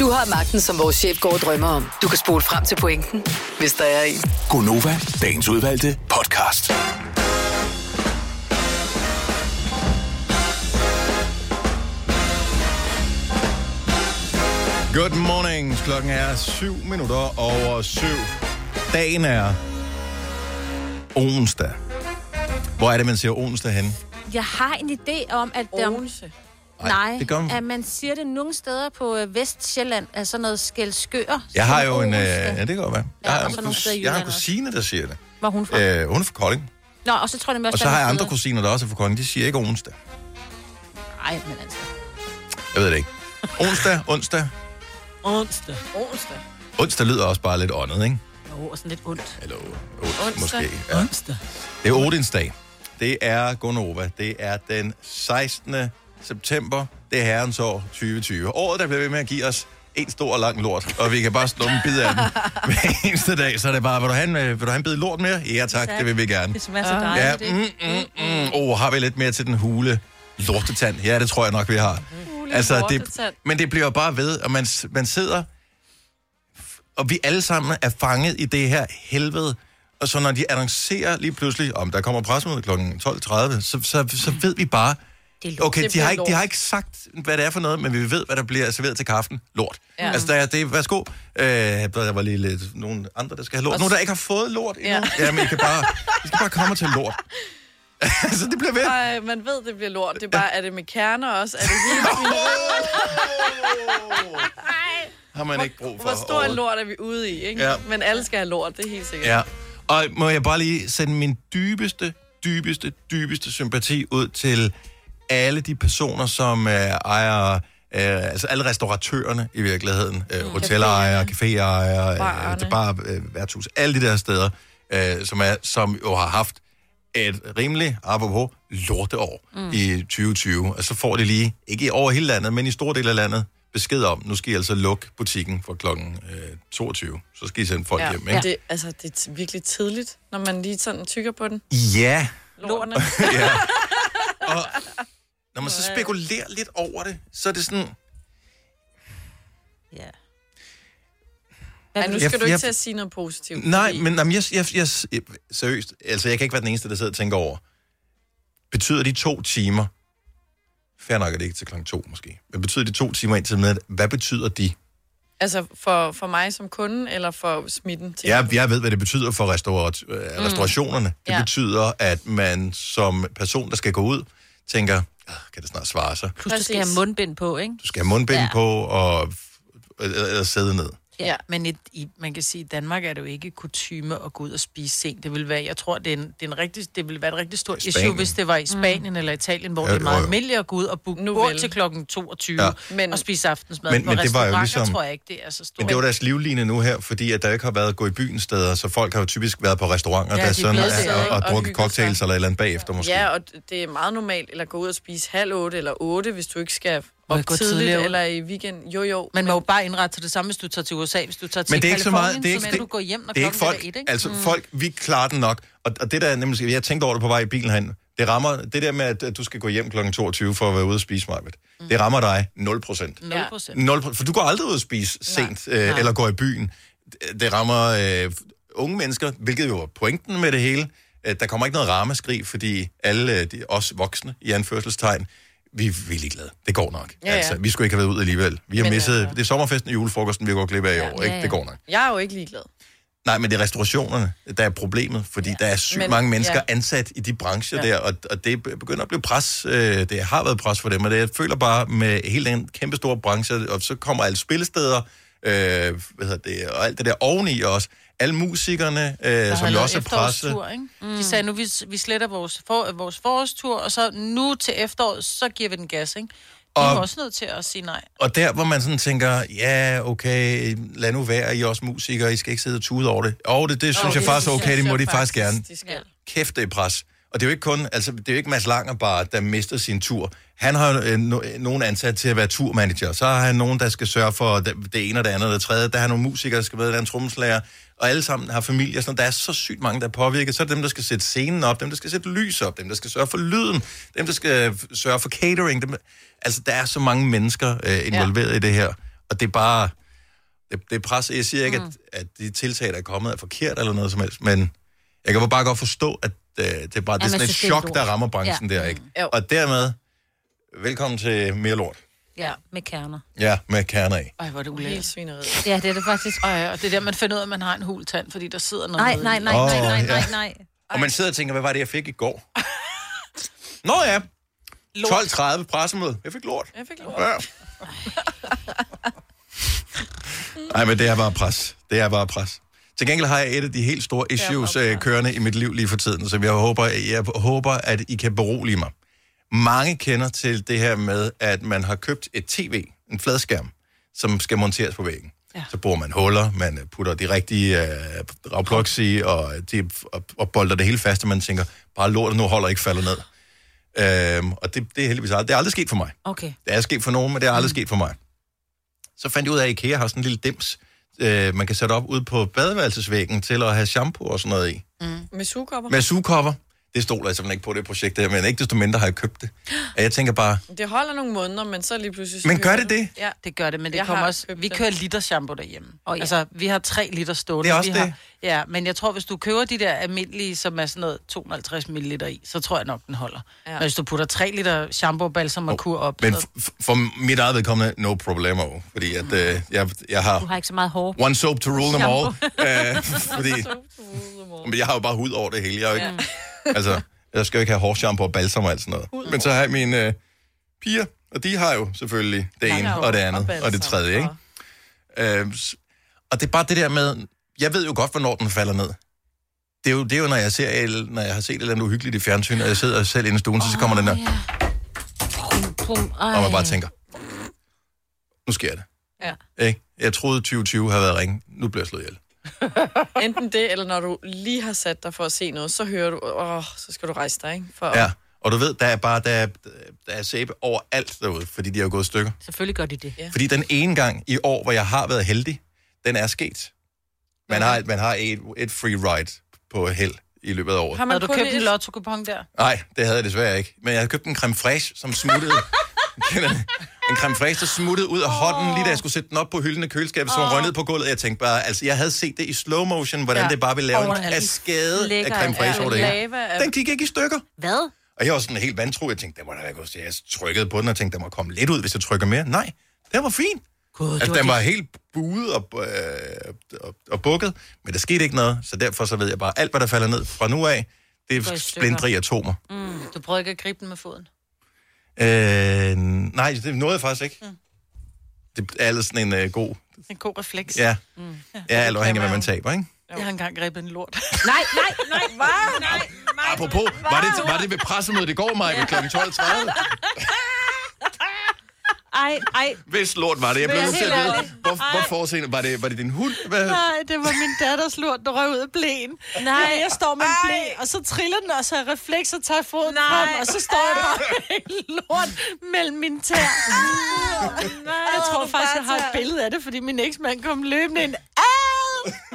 Du har magten, som vores chef går og drømmer om. Du kan spole frem til pointen, hvis der er en. Gonova, dagens udvalgte podcast. Good morning. Klokken er 7 minutter over 7. Dagen er onsdag. Hvor er det, man siger onsdag hen? Jeg har en idé om, at... Um, Nej, Nej, det gør man. at man siger det nogle steder på øh, Vestsjælland, af sådan noget skældskør. Jeg har jo en... Øh, Onsdag. ja, det kan godt være. Ja, Jeg har, og en, så nogle kus- steder i jeg har en Jylland også. kusine, der siger det. Hvor er hun fra? Øh, hun er fra Kolding. Nå, og så tror jeg, nemlig også, Og så der er har jeg nogle andre steder- kusiner, der også er fra Kolding. De siger ikke onsdag. Nej, men altså. Jeg ved det ikke. Onsdag, onsdag. Onsdag. Onsdag. Onsdag lyder også bare lidt åndet, ikke? Jo, og sådan lidt ondt. Eller Onsdag. måske. Ja. Onsdag. Det er Odins dag. Det er Gonova. Det er den 16. september. Det er herrens år 2020. Året, der bliver ved med at give os en stor og lang lort, og vi kan bare slå en bid af den hver eneste dag. Så er det bare, vil du have en, øh, vil du have en bid lort mere? Ja tak, det vil vi gerne. Det smager så dejligt, Ja, ikke? mm, mm, mm. Oh, har vi lidt mere til den hule lortetand? Ja, det tror jeg nok, vi har. Hule Altså, det, lortetand. men det bliver bare ved, og man, s- man sidder, f- og vi alle sammen er fanget i det her helvede. Og så når de annoncerer lige pludselig, om der kommer pressemøde kl. 12.30, så, så, så ved vi bare, Det er lort. okay, Det de bliver har, ikke, de lort. har ikke sagt, hvad det er for noget, men vi ved, hvad der bliver serveret til kaffen. Lort. Ja. Ja. Altså, der er det, værsgo. Øh, der var lige lidt, nogle andre, der skal have lort. Nogle, der ikke har fået lort endnu. Ja. Ja. Jamen, I kan bare, I skal bare komme til lort. *laughs* altså, det bliver ved. Ej, man ved, det bliver lort. Det er bare, er det med kerner også? Er det *laughs* hele Har man ikke brug for. Hvor stor en lort overhovedet. er vi ude i, ikke? Ja. Men alle skal have lort, det er helt sikkert. Ja. Og må jeg bare lige sende min dybeste, dybeste, dybeste sympati ud til alle de personer, som øh, ejer, øh, altså alle restauratørerne i virkeligheden, øh, Mm. hotellerejere, caféejere, øh, det er bare øh, værtshus, alle de der steder, øh, som, er, som jo har haft et rimelig, apropos, lorteår mm. i 2020. Og så får de lige, ikke over hele landet, men i store dele af landet, besked om, nu skal I altså lukke butikken fra klokken øh, 22. Så skal I sende folk ja. hjem, ikke? Ja. Det, altså, det er virkelig tidligt, når man lige sådan tykker på den. Ja. Lortene. *laughs* ja. *laughs* Og når man så spekulerer lidt over det, så er det sådan... Ja. Ja, nu skal Jeg- du ikke jeg- til at sige noget positivt. Nej, fordi- men jamen, jeg, jeg, jeg, seriøst, altså jeg kan ikke være den eneste, der sidder og tænker over, betyder de to timer, fair nok er det ikke til klokken to måske, men betyder de to timer indtil midnat, hvad betyder de? Altså, for, for mig som kunde, eller for smitten? til- Jeg, jeg ved, hvad det betyder for restaurat, øh, restaurationerne. Det Ja. betyder, at man som person, der skal gå ud, tænker, "Ah, kan det snart svare sig? Plus, du skal have mundbind på, ikke? Du skal have mundbind ja. på og eller, eller sidde ned. Ja, men et, i, man kan sige, at i Danmark er det jo ikke kutyme at gå ud og spise sent. Det vil være, jeg tror, det, er en, det, er en rigtig, det vil være et rigtig stort issue, Spanien. hvis det var i Spanien mm. eller Italien, hvor Ja, ja, det er jo, meget jo. almindeligt at gå ud og booke bord til klokken 22 Ja. ja. men, og spise aftensmad. Men- Men, men men det var jo ligesom- tror jeg ikke, det er så stort. Men det var deres livline nu her, fordi at der ikke har været at gå i byen steder, så folk har jo typisk været på restauranter, Ja, der de sådan blev er, siddet, og, ikke? og Og drukket hygget sig. cocktails eller et eller andet bagefter måske. Ja, og d- det er meget normalt, eller gå ud og spise halv otte eller otte, hvis du ikke skal Må jeg op gå tidligt, tidligere ud? eller i weekend. Jo, jo. Man må jo bare indrette sig det samme, hvis du tager til USA, hvis du tager til Men det er ikke så Californien, meget. Det er ikke, så må du gå hjem, når det er ikke klokken folk. er et, ikke? Mm. Altså, folk, vi klarer den nok. Og, og det der er nemlig, jeg tænkte over det på vej i bilen hen. Det rammer, det der med, at, at du skal gå hjem kl. 22 for at være ude og spise mig, mm. det rammer dig 0 procent. 0 procent. 0 For du går aldrig ud og spise sent, øh, Nej. eller går i byen. Det, det rammer øh, unge mennesker, hvilket jo er pointen med det hele. Øh, der kommer ikke noget ramaskrig, fordi alle øh, de, os voksne, i anførselstegn, vi er virkelig glade. Det går nok. Ja, ja. Altså, vi skulle ikke have været ud alligevel. Vi har Men, øh, misset... Det er sommerfesten og julefrokosten, vi går glip af i år, ikke? Det går nok. Jeg er jo ikke ligeglad. Nej, men det er restaurationerne, der er problemet, fordi ja. der er sygt Men- mange mennesker ja. ja. ansat i de brancher Ja. ja. der, og, og det begynder at blive pres. øh, Det har været pres for dem, og det jeg føler bare med hele den kæmpe store branche, og så kommer alle spillesteder, øh, hvad hedder det, og alt det der oveni også. Alle musikerne, øh, som jo også er presset. Mm. De sagde, nu vi, vi sletter vores, for, vores forårstur, og så nu til efteråret, så giver vi den gas, ikke? De Og- er jo også nødt til at sige nej. Og der, hvor man sådan tænker, ja, okay, lad nu være, I er også musikere, I skal ikke sidde og tude over det. Og det, det synes Åh, oh, jeg det faktisk er synes okay, jeg det må så de faktisk faktisk, gerne. de skal. Kæft, det er pres. Og det er jo ikke kun, altså det er jo ikke Mads Langer bare, der mister sin tur. Han har jo, øh, no, øh, nogen ansat til at være turmanager. Så har han nogen, der skal sørge for det, det ene og det andet og det tredje. Der har nogle musikere, der skal være der er en trommeslager. Og alle sammen har familier. Sådan, der er så sygt mange, der er påvirket. Så er det dem, der skal sætte scenen op, dem, der skal sætte lys op, dem, der skal sørge for lyden, dem, der skal f- sørge for catering. Dem, altså, der er så mange mennesker øh, involveret ja. i det her. Og det er bare... Det, det er pres. Jeg siger ikke, mm. at, at de tiltag, der er kommet, er forkert eller noget som helst, men jeg kan bare godt forstå, at øh, det er bare det man er sådan et synes, det er chok, lort. der rammer branchen Ja. ja. der, ikke? Jo. Og dermed, velkommen til mere lort. Ja, med kerner. Ja, med kerner i. Ej, hvor er det Helt ulækkert. svineriet. Ja, det er det faktisk. Ej, og det er der, man finder ud af, at man har en hul tand, fordi der sidder noget. Nej, nede i. nej, nej, Åh, nej, nej, ja. nej, nej. Og man sidder og tænker, hvad var det, jeg fik i går? Nå ja, 12.30 pressemøde. Jeg fik lort. Jeg fik lort. Ja. Nej, men det er bare pres. Det er bare pres. Til gengæld har jeg et af de helt store issues øh, kørende i mit liv lige for tiden, som jeg håber, jeg håber, at I kan berolige mig. Mange kender til det her med, at man har købt et tv, en fladskærm, som skal monteres på væggen. Ja. Så bruger man huller, man øh, putter de rigtige øh, ragplugs i, og, de, og, og bolder det hele fast, og man tænker, bare lortet nu holder ikke falder ned. Øhm, og det, det er heldigvis aldrig, det er aldrig sket for mig. Okay. Det er sket for nogen, men det er aldrig sket for mig. Så fandt jeg ud af, at IKEA har sådan en lille dims, øh, man kan sætte op ude på badeværelsesvæggen til at have shampoo og sådan noget i. Mm. Med sugekopper? Med sugekopper. Det stoler jeg simpelthen ikke på det projekt der, men ikke desto mindre har jeg købt det. Og jeg tænker bare, Det holder nogle måneder, men så lige pludselig... så Men gør kører det det? Ja. Det gør det, men Jeg det jeg kommer har også... købt Vi den. kører liter shampoo derhjemme. Oh, ja. Altså, vi har tre liter stående. Det er også vi det. Har, ja, men jeg tror, hvis du køber de der almindelige, som er sådan noget 250 ml i, så tror jeg nok, den holder. Ja. Men hvis du putter tre liter shampoo, balsam og kur op... men så- f- f- for mit eget vedkommende, no problemo. Fordi at, øh, jeg, jeg Du har har ikke så meget hår. one soap to rule them all. Shampoo. *laughs* Øh, fordi, men jeg har jo bare hud over det hele. Jeg, er jo ikke, altså, jeg skal jo ikke have hårshampoo og balsam og alt sådan noget. Men så har jeg mine øh, piger, og de har jo selvfølgelig det har ene jo og det og andet og det balsam tredje. Ikke? Øh, s- og det er bare det der med, jeg ved jo godt, hvornår den falder ned. Det er jo, det er jo når, jeg ser, el- når jeg har set et eller andet uhyggeligt i fjernsynet, og jeg sidder selv inde i stuen, så, så kommer den der, Brum, ej. og man bare tænker, nu sker det. Ja. Ikke? Jeg troede 2020 havde været ringe. Nu bliver jeg slået ihjel. Enten det, eller når du lige har sat dig for at se noget, så hører du, åh, så skal du rejse dig, ikke? For Ja. Og du ved, der er bare der er, der er sæbe overalt derude, fordi de har gået i stykker. Selvfølgelig gør de det. Ja. Fordi den ene gang i år, hvor jeg har været heldig, den er sket. Man har, man har et, et free ride på held i løbet af året. Har man du købt en lotto-kupon der? Nej, det havde jeg desværre ikke. Men jeg havde købt en creme fraiche, som smuttede. Kender du? en creme fraiche, der smuttede ud af hånden, lige da jeg skulle sætte den op på hylden af køleskabet, som Åh. rønnede på gulvet. Jeg tænkte bare, altså jeg havde set det i slow motion, hvordan Ja. det bare ville lave en Overalt. kaskade af Lækker, creme fraiche ja. over det hele. Lava øh. af- Den gik ikke i stykker. Hvad? Og jeg var sådan helt vantro. Jeg tænkte, det må da være gået. Jeg trykkede på den og tænkte, der må komme lidt ud, hvis jeg trykker mere. Nej, den var fin. God, altså, den var helt buet og, øh, og, og bukket, men der skete ikke noget. Så derfor så ved jeg bare, alt hvad der falder ned fra nu af, det Går er i stykker. splindrige atomer. Mm. Du prøvede ikke at gribe den med foden. Øh, nej, det nåede jeg faktisk Mm. ikke. Det er altså sådan en øh, god... En god refleks. Ja, Mm. ja alt afhængig af, hvad man taber, ikke? Jeg har engang grebet en *laughs* lort. nej, nej, nej, nej, nej. Apropos, var det, var det ved pressemødet i går, Maja, ved kl. *laughs* 12.30? Ej, ej. Hvis lort var det, jeg blev Men nødt til helt at vide. ærligt. Hvor, hvor forudseende? Var det, var det din hund? Hvad? *laughs* Nej, det var min datters lort, der røg ud af blæen. Nej. Jeg står med en blæ, og så triller den, og så er refleks og tager foden Nej. frem, og så står jeg bare med en lort mellem mine tæer. Nej, jeg tror faktisk, jeg har et billede af det, fordi min eksmand kom løbende ind. Au!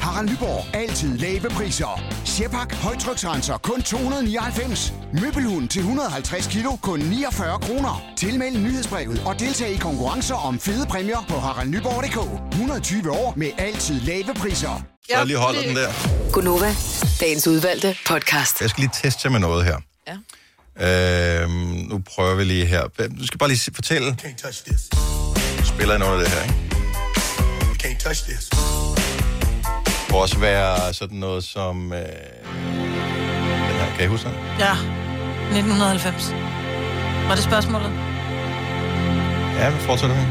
Harald Nyborg. Altid lave priser. Sjehpak. Højtryksrenser. Kun 299. Møbelhund til 150 kilo. Kun 49 kroner. Tilmeld nyhedsbrevet og deltag i konkurrencer om fede præmier på haraldnyborg.dk. 120 år med altid lave priser. Så jeg lige holder den der. Gunova, dagens udvalgte podcast. Jeg skal lige teste jer med noget her. Ja. Øhm, nu prøver vi lige her. Du skal bare lige se- fortælle. Can't touch this. Spiller I noget af det her, ikke? You can't touch this. Det kunne også være sådan noget som... Øh, den her, kan I huske den? Ja, 1990. Var det spørgsmålet? Ja, vi fortsætter med.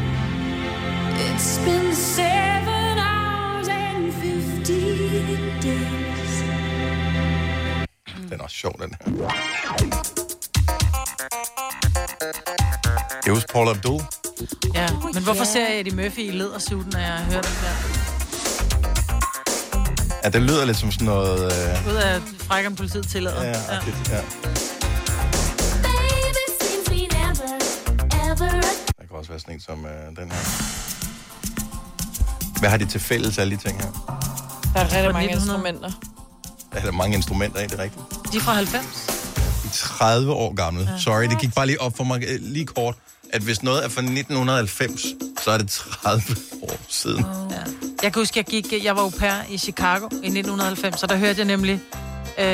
It's been seven hours and 15 days. Den er også sjov, den her. Kan I huske Paul Abdul? Ja, men hvorfor ser jeg Eddie Murphy i ledersuden, når jeg hører den der? Ja, det lyder lidt som sådan noget... Øh, Ud af frækker om politiet tillader. ja, Ja. agtigt, ja. Baby, seems we never, ever Der kan også være sådan en som øh, den her. Hvad har de til fælles, alle de ting her? Der er rigtig mange instrumenter. Der er der mange instrumenter i, det er rigtigt. De er fra 90. i 30 år gammel. Ja. Sorry, det gik bare lige op for mig øh, lige kort, at hvis noget er fra 1990, så er det 30 år siden. Jeg kan huske, jeg gik, jeg var au pair i Chicago i 1990, og der hørte jeg nemlig, øh,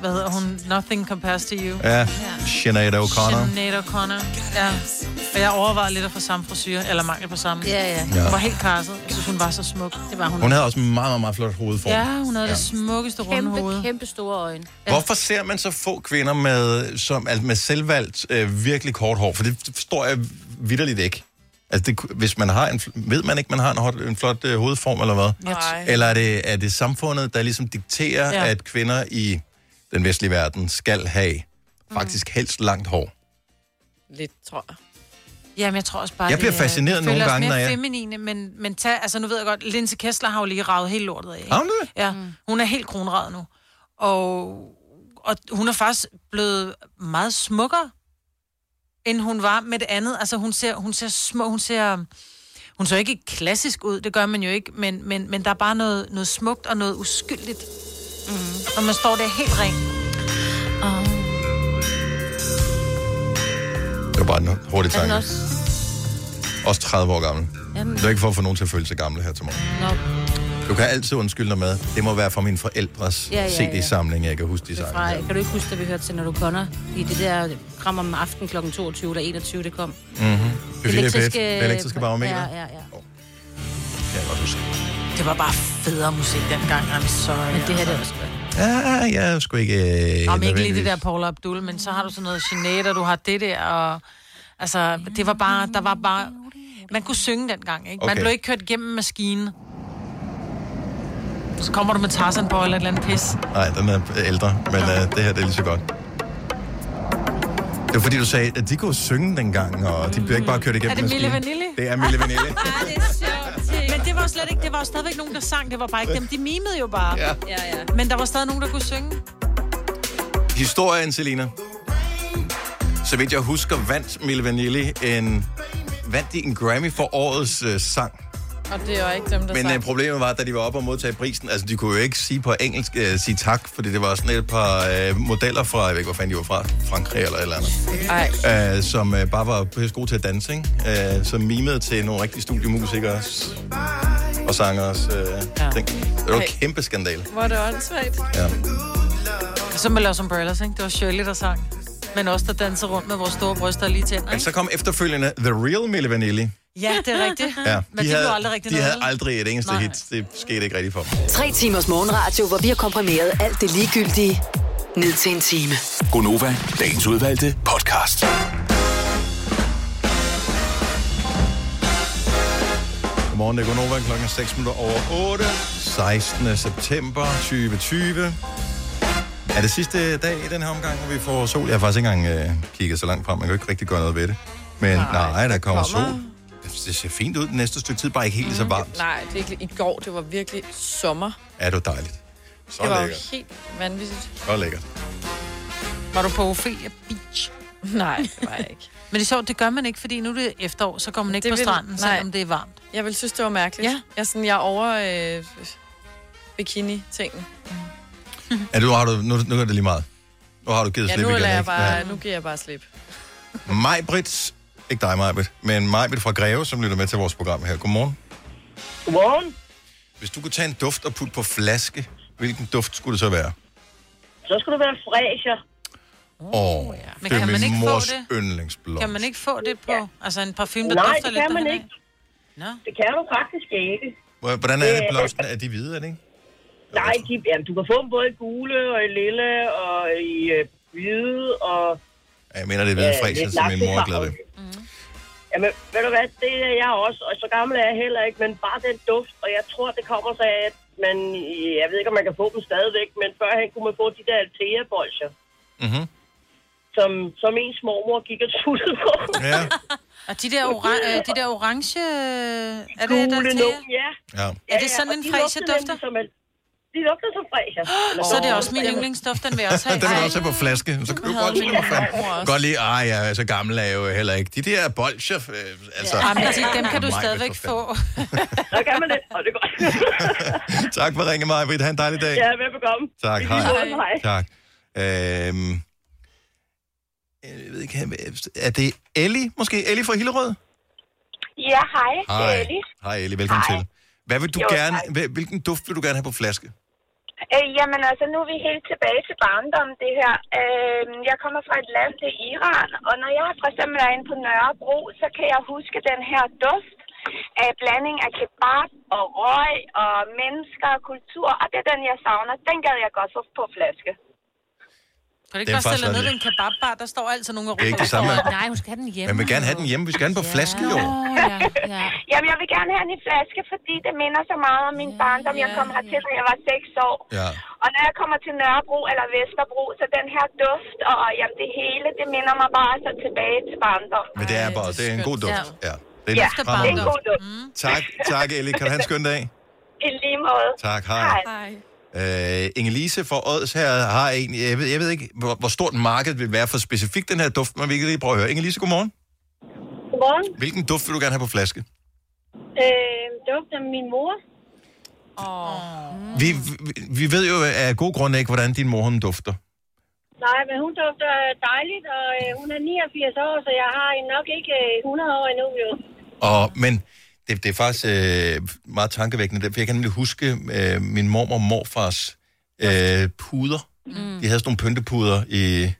hvad hedder hun, Nothing Compares to You. Ja, Sinead O'Connor. Sinead O'Connor, ja. Og jeg overvejede lidt at få samme frisyr, eller mangel på samme. Ja, ja. Ja. Hun var helt karset. Jeg synes, hun var så smuk. Det var Hun havde også en meget, meget, meget flot hovedform. Ja, hun havde ja. det smukkeste runde Kæmpe, hoved. kæmpe store øjne. Hvorfor ser man så få kvinder med, som, altså med selvvalgt øh, virkelig kort hår? For det forstår jeg vidderligt ikke. Altså, det, ku- hvis man har en, fl- ved man ikke, man har en, hot, en flot øh, hovedform, eller hvad? Nej. Eller er det, er det samfundet, der ligesom dikterer, Ja. ja. at kvinder i den vestlige verden skal have faktisk helst langt hår? Lidt, tror jeg. Jamen, jeg tror også bare, Jeg bliver det er- fascineret det nogle føler os gange, mere når jeg- feminine, men, men tag, altså nu ved jeg godt, Linse Kessler har jo lige ravet helt lortet af. ikke? Har hun det? Ja, Mm. hun er helt kronravet nu. Og, og hun er faktisk blevet meget smukkere, end hun var med det andet. Altså hun ser, hun ser små, hun ser... Hun ser ikke klassisk ud, det gør man jo ikke, men, men, men der er bare noget, noget smukt og noget uskyldigt. Mm. Og man står der helt ren. Det var bare en hurtig Er den tanke. også? Også 30 år gammel. Jamen. Det er ikke for at få nogen til at føle sig gamle her til morgen. Nå, Du kan altid undskylde dig med. Det må være fra mine forældres Ja, ja, ja, ja, CD-samling, jeg kan huske de det er sange. fra, her. kan du ikke huske, at vi hørte til, når du konder? I det der kram om aftenen kl. 22 eller 21, det kom. Mhm. Det elektriske, det elektriske barometer. Ja, Ja, ja, ja. ja. godt huske. Det var bare federe musik dengang, I'm sorry. Men det her, det er også Ja, jeg er sgu ikke... Øh, Om ikke lige det nødvendigvis- der Paul Abdul, men så har du sådan noget Sinead, og du har det der, og... Altså, det var bare... Der var bare... Man kunne synge dengang, ikke? Man Okay. blev ikke kørt gennem maskinen. Så kommer du med Tarzan på eller et eller andet pis. Nej, den er ældre, men øh, det her det er lige så godt. Det var fordi, du sagde, at de kunne synge dengang, og de blev ikke bare kørt igennem Er det Mille maskinen. Vanilli? Det er Mille *laughs* Vanilli. det er sjovt. Men det var jo slet ikke... Det var jo stadigvæk nogen, der sang. Det var bare ikke dem. De mimede jo bare. Ja. Ja, ja. Men der var stadig nogen, der kunne synge. Historien, Selina. Så vidt jeg husker, vandt Mille Vanilli en, vandt de en Grammy for årets øh, sang. Og det var ikke dem, der Men sang. øh, problemet var, da de var oppe og modtage prisen, altså de kunne jo ikke sige på engelsk, øh, sige tak, fordi det var sådan et par øh, modeller fra, jeg ved ikke, hvor fanden de var fra, Frankrig eller et eller andet, øh, som øh, bare var pisse gode til at danse, ikke? Øh, som mimede til nogle rigtige studiemusikere og sangers øh, ja. ting. Det var en Ej. kæmpe skandal. Hvor er det åndssvagt. Ja. Så med Los Umbrellas, ikke? Det var Shirley, der sang. Men også der danser rundt med vores store bryster og lige tænder, Men ikke? så kom efterfølgende The Real Mille Vanilli. Ja, det er rigtigt. Ja, Men det blev aldrig rigtig de noget. havde vel? aldrig et eneste Nej. Nej. hit. Det skete ikke rigtigt for dem. Tre timers morgenradio, hvor vi har komprimeret alt det ligegyldige ned til en time. Gonova, dagens udvalgte podcast. Godmorgen, det er Gunova. Klokken er 6 minutter over 8. 16. september 2020. Er det sidste dag i den her omgang, hvor vi får sol? Jeg har faktisk ikke engang øh, kigget så langt frem. Man kan jo ikke rigtig gøre noget ved det. Men nej, nej der kommer, kommer. Mm, sol. Det ser fint ud den næste stykke tid, bare ikke helt lige så varmt. Nej, det er ikke, i går, det var virkelig sommer. Er du dejligt. Så det var lækkert. jo helt vanvittigt. Så lækkert. Var du på Ophelia Beach? *laughs* Nej, det var jeg ikke. Men det er sjovt, det gør man ikke, fordi nu er det efterår, så går man ikke Det på vil- stranden, nej. selvom det er varmt. Jeg vil synes, det var mærkeligt. Ja. Jeg er, sådan, jeg er over øh, bikini-tingen. Er du, har du, nu, nu er det lige meget. Nu har du givet Ja, slip nu, igen, lader jeg ikke? bare, nu giver jeg bare slip. Majbrit, ikke dig Majbrit, men Majbrit fra Greve, som lytter med til vores program her. Godmorgen. Godmorgen. Hvis du kunne tage en duft og putte på flaske, hvilken duft skulle det så være? Så skulle det være fræsier. Åh, oh, ja. Men det er kan man min ikke få mors det? yndlingsblomst. Kan man ikke få det på, altså en parfume, der Nej, dufter det lidt kan man derhenad? ikke. Det kan du faktisk ikke. Hvor- Hvordan er det, Øh, blomsten? Er de hvide, er det ikke? Nej, de, jamen, du kan få dem både i gule og i lille og i øh, hvide og... Ja, Jeg mener, det er hvide øh, fræser, lidt som altså, min mor er glad ved. laksefarvet. Mm-hmm. Jamen, ved du hvad, det er jeg også, og så gammel er jeg heller ikke, men bare den duft, og jeg tror, det kommer sig af, at man, jeg ved ikke, om man kan få dem stadigvæk, men førhen kunne man få de der Altea-bolcher, Mm-hmm. som, som ens mormor gik og tuttede på. Ja. Og de der, oran, øh, de der orange... øh, Er det Gule der nogen, ja. ja. Er det sådan og en de fræser lugtede dufter? nemlig Som en, de lugter som fræser. Eller *gasps* Så er det som- også min yndlingsduft, den vil jeg *laughs* også have. den er også på flaske, så køb bolsjer nummer fem. Godt lige, ah ja, så gammel er jeg jo heller ikke. De der bolsjer, øh, altså... Ja, men de- dem Ah, kan du Maj-Brit, stadigvæk for fanden. få. Så kan man det, og det går. tak for at ringe, Majbrit. Ha' en dejlig dag. Ja, velbekomme. Tak, I lige hej. måde, hej. Tak. Øhm, jeg ved ikke, er det Ellie? Måske Ellie fra Hillerød? Ja, hej. Øh, Hej. Hej. Ellie. Hej Ellie, velkommen hej. til. Hvad vil du Jo, jo, gerne, hva- hvilken duft vil du gerne have på flaske? Øh, jamen altså, nu er vi helt tilbage til barndommen, det her. Øh, jeg kommer fra et land, det er Iran, og når jeg for eksempel er inde på Nørrebro, så kan jeg huske den her duft af blanding af kebab og røg og mennesker og kultur, og det er den, jeg savner. Den gad jeg godt få på flaske. Kan du ikke Det er bare faktisk stille dig ned lidt- ved en kebabbar? Der står altid nogle og Det er ikke det samme. Nej, hun skal have den Man vil gerne have den hjemme. Vi skal have den på flaske, jo. ja, ja. Jamen, jeg vil gerne have den i flaske, fordi det minder så meget om min barndom. Jeg kom hertil, da jeg var 6 år. Ja. Og når jeg kommer til Nørrebro eller Vesterbro, så den her duft og jamen, det hele, det minder mig bare så tilbage til barndom. Men det er bare, det er en god duft. Ja. Det Det ja, det er er en en fremragende god duft. duft. Tak, tak, Ellie. Kan du have en skøn dag? I lige måde. Tak, hej. Øh, Inge-Lise fra Ods her har en, jeg ved, jeg ved ikke, hvor, hvor stort markedet vil være for specifikt den her duft, men vi kan lige prøve at høre. Inge-Lise, godmorgen. Godmorgen. Hvilken duft vil du gerne have på flaske? Øh, duft af min mor. Oh. Vi, vi, vi ved jo af gode grunde ikke, hvordan din mor hun dufter. Nej, men hun dufter dejligt, og øh, hun er 89 år, så jeg har hende nok ikke øh, 100 år endnu, jo. Og, men det, det er faktisk øh, meget tankevækkende, det- for jeg kan nemlig huske øh, min mormor og morfars øh, puder. Mm. De havde sådan nogle pyntepuder i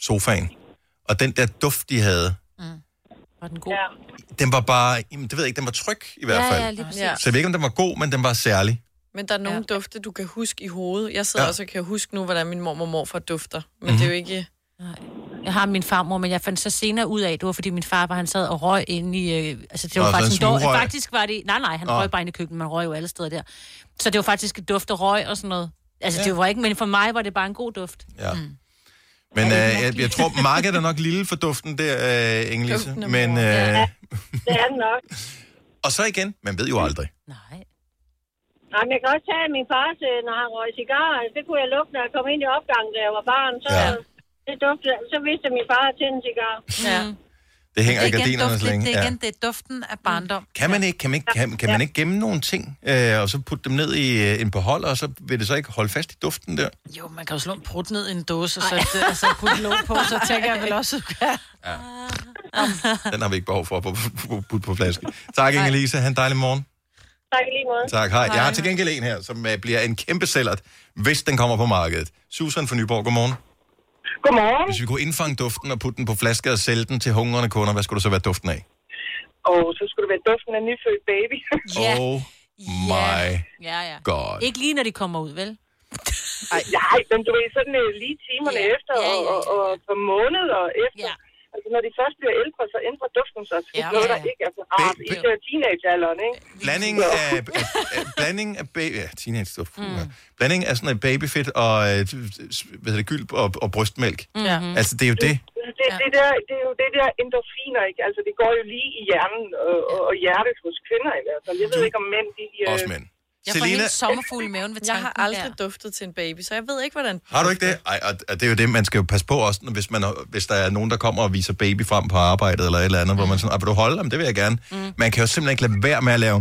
sofaen. Og den der duft, de havde, Var den god? Ja. den var bare, jamen, det ved jeg ikke, den var tryg i hvert Ja, fald. ja, lige præcis. Så jeg ved ikke, om den var god, men den var særlig. Men der er nogle ja. dufte, du kan huske i hovedet. Jeg sidder Ja. ja. også og kan huske nu, hvordan min mormor og morfar dufter. Men Mhm. mm-hmm. det er jo ikke... Jeg har min farmor, men jeg fandt så senere ud af, at det var, fordi min far var, han sad og røg inde i... Øh, altså, det var Nå, så faktisk han dår, smugrøg? Faktisk var det... Nej, nej, han Nå. røg bare inde i køkkenet. Man røg jo alle steder der. Så det var faktisk et duft af røg og sådan noget. Altså, ja. det var ikke... Men for mig var det bare en god duft. Ja. Mm. Men øh, jeg, jeg tror, markedet er nok lille for duften der, øh, Inge-Lise. Duften af Men, mor. øh, Ja. Det er den nok. og så igen, man ved jo aldrig. Nej, men jeg kan også tage min fars, øh, når han røg cigar. Altså, Det kunne jeg lugte, når jeg kom ind i opgangen, da jeg var barn. Så, ja. det duftede, så vidste jeg, at min far havde tændt en cigar. Ja. Det hænger i igen gardinerne så duften- længe. Det er Ja. igen, det er duften af barndom. Kan man ikke, kan man ikke, kan, kan man ikke gemme nogle ting, øh, og så putte dem ned i øh, en beholder, og så vil det så ikke holde fast i duften der? Mm. Jo, man kan jo slå en prut ned i en dåse, og så det, altså, putte låg på, så tænker jeg vel også, at *laughs* ja. Den har vi ikke behov for at pu- pu- pu- putte på flasken. Tak, Inge-Lise. Ha' en dejlig morgen. Tak i lige måde. Tak, hej. Jeg har til gengæld en her, som øh, bliver en kæmpe sælger, hvis den kommer på markedet. Susan fra Nyborg, godmorgen. Godmorgen. Hvis vi kunne indfange duften og putte den på flaske og sælge den til hungrende kunder, hvad skulle du så være duften af? Og så skulle det være duften af nyfødt *laughs* baby. Yeah. Oh my Ja, ja. god. Ikke lige, når de kommer ud, vel? Ej, nej, men du ved, sådan øh, lige timerne yeah. efter, yeah, yeah, og, og, og måneder efter. Yeah. Altså, når de først bliver ældre, så ændrer duften sig til Ja. yeah. noget, der ikke er så rart. Baby. Ikke teenagealderen, ikke? Blanding af, af, af, blanding af baby... Ja, teenage duft. Mm. Ja. Blanding af sådan noget babyfedt og øh, hvad hedder det, gylp og, og brystmælk. Ja. Altså, det er jo det. Det, det, der, det er jo det der endorfiner, ikke? Altså, det går jo lige i hjernen og, og, og hjertet hos kvinder i hvert fald. Jeg ved ikke, om mænd, de... øh, Også mænd. Jeg Selina- får helt sommerfugl i maven ved tanken. Jeg har aldrig ja. duftet til en baby, så jeg ved ikke, hvordan... Har du ikke det? Ej, og, og det er jo det, man skal jo passe på også, hvis, man, hvis der er nogen, der kommer og viser baby frem på arbejdet eller et eller andet, hvor man sådan, "Ej, vil du holde dem? Det vil jeg gerne. Mm. Man kan jo simpelthen ikke lade være med at lave...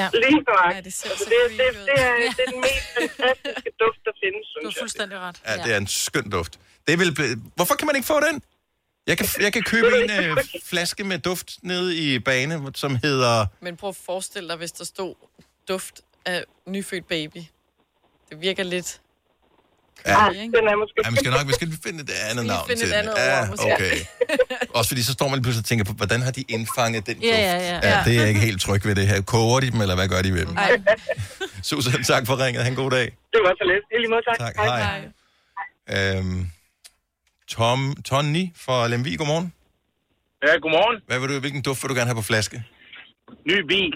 Ja. Lige nok. Ja, det, altså, det, det, det, er, det er den mest fantastiske duft, der findes, synes Du er fuldstændig ret. Ja, det er en skøn duft. Det vil blive... Hvorfor kan man ikke få den? Jeg kan, jeg kan købe en øh, flaske med duft nede i bane, som hedder... Men prøv at forestille dig, hvis der stod duft af nyfødt baby. Det virker lidt... Ja. Ej, den er måske... Ja, vi skal nok vi skal finde et andet navn finde til et den. andet ja, ord, måske. *laughs* okay. Også fordi så står man lige pludselig og tænker på, hvordan har de indfanget den duft? Ja, ja, ja. ja det er jeg ikke helt tryg ved det her. Koger de dem, eller hvad gør de ved dem? Ej. Susan, tak for ringet. Han god dag. Det var så let. I lige måde, tak. Tak, hej. Hej. Øhm, Tom, Tony fra Lemvig, godmorgen. Ja, godmorgen. Hvad vil du, hvilken duft vil du gerne have på flaske? Ny bil.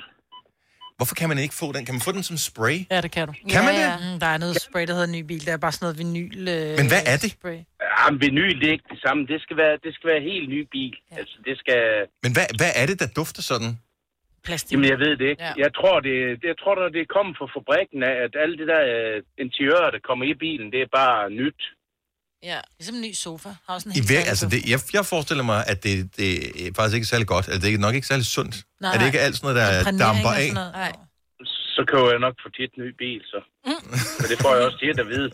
Hvorfor kan man ikke få den? Kan man få den som spray? Ja, det kan du. Kan man ja, det? Ja. Mm, der er noget spray, der hedder ny bil. Der er bare sådan noget vinyl... Øh, Men hvad er det? Spray. Jamen, Ah, vinyl, det er ikke det samme. Det skal være, det skal være helt ny bil. Ja. Altså, det skal... Men hvad, hvad er det, der dufter sådan? Plastik. Jamen, jeg ved det ikke. Ja. Ja. Jeg tror, det, det, jeg tror, det er kommet fra fabrikken, af, at alle det der uh, interiører, der kommer i bilen, det er bare nyt. Ja. Ligesom en ny sofa. Har også en I helt vir- særlig altså duft. det, jeg, jeg forestiller mig, at det, det er faktisk ikke særlig godt. Altså, det er nok ikke særlig sundt. Nej, er det nej. ikke alt sådan noget, der Imprægnering damper og af? sådan noget. Nej. Så køber jeg nok for tit en ny bil, så. Mm. Men det får jeg også tit at vide.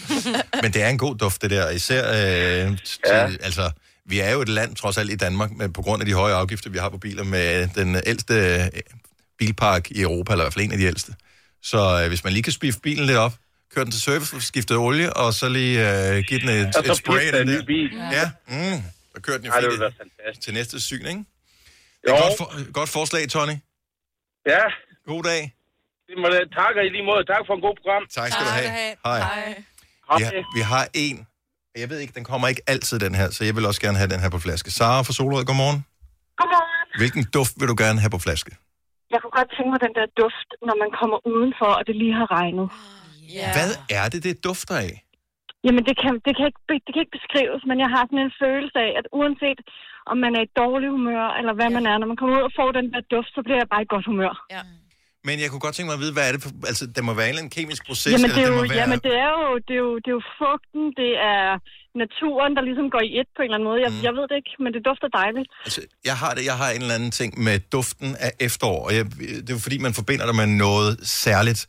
*laughs* Men det er en god duft, det der. Især øh, til, ja. altså, vi er jo et land, trods alt i Danmark, med, på grund af de høje afgifter, vi har på biler, med den ældste øh, bilpark i Europa, eller i hvert fald en af de ældste. Så øh, hvis man lige kan spifte bilen lidt op, køre den til service, få skiftet olie, og så lige øh, give den et, Og så et spray skifter af den en ny der. bil. Ja, mm. så kører den jo Ej, det fint ville være i- til næste syn, ikke? Det er Jo. godt, for, godt forslag, Tony. Ja. God dag. øh, Det må, jeg- tak og i lige måde. Tak for en god program. Tak skal du have. Hej. Hej. Vi har, vi har en, jeg ved ikke, den kommer ikke altid den her, så jeg vil også gerne have den her på flaske. Sara fra Solrød, godmorgen. Godmorgen. Hvilken duft vil du gerne have på flaske? Jeg kunne godt tænke mig den der duft, når man kommer udenfor, og det lige har regnet. Ja. Hvad er det, det dufter af? Jamen, det kan, det, kan ikke, be- det kan ikke beskrives, men jeg har sådan en følelse af, at uanset om man er i dårlig humør, eller hvad ja. man er, når man kommer ud og får den der duft, så bliver jeg bare i godt humør. Ja. Men jeg kunne godt tænke mig at vide, hvad er det for... Altså, der må være en eller anden kemisk proces, Jamen, det eller er, jo, må være... jamen det, er jo, det, er jo, det er jo fugten, det er naturen, der ligesom går i et på en eller anden måde. Jeg, mm. jeg ved det ikke, men det dufter dejligt. Altså, jeg har det, jeg har en eller anden ting med duften af efterår, og jeg, det er jo fordi, man forbinder det med noget særligt.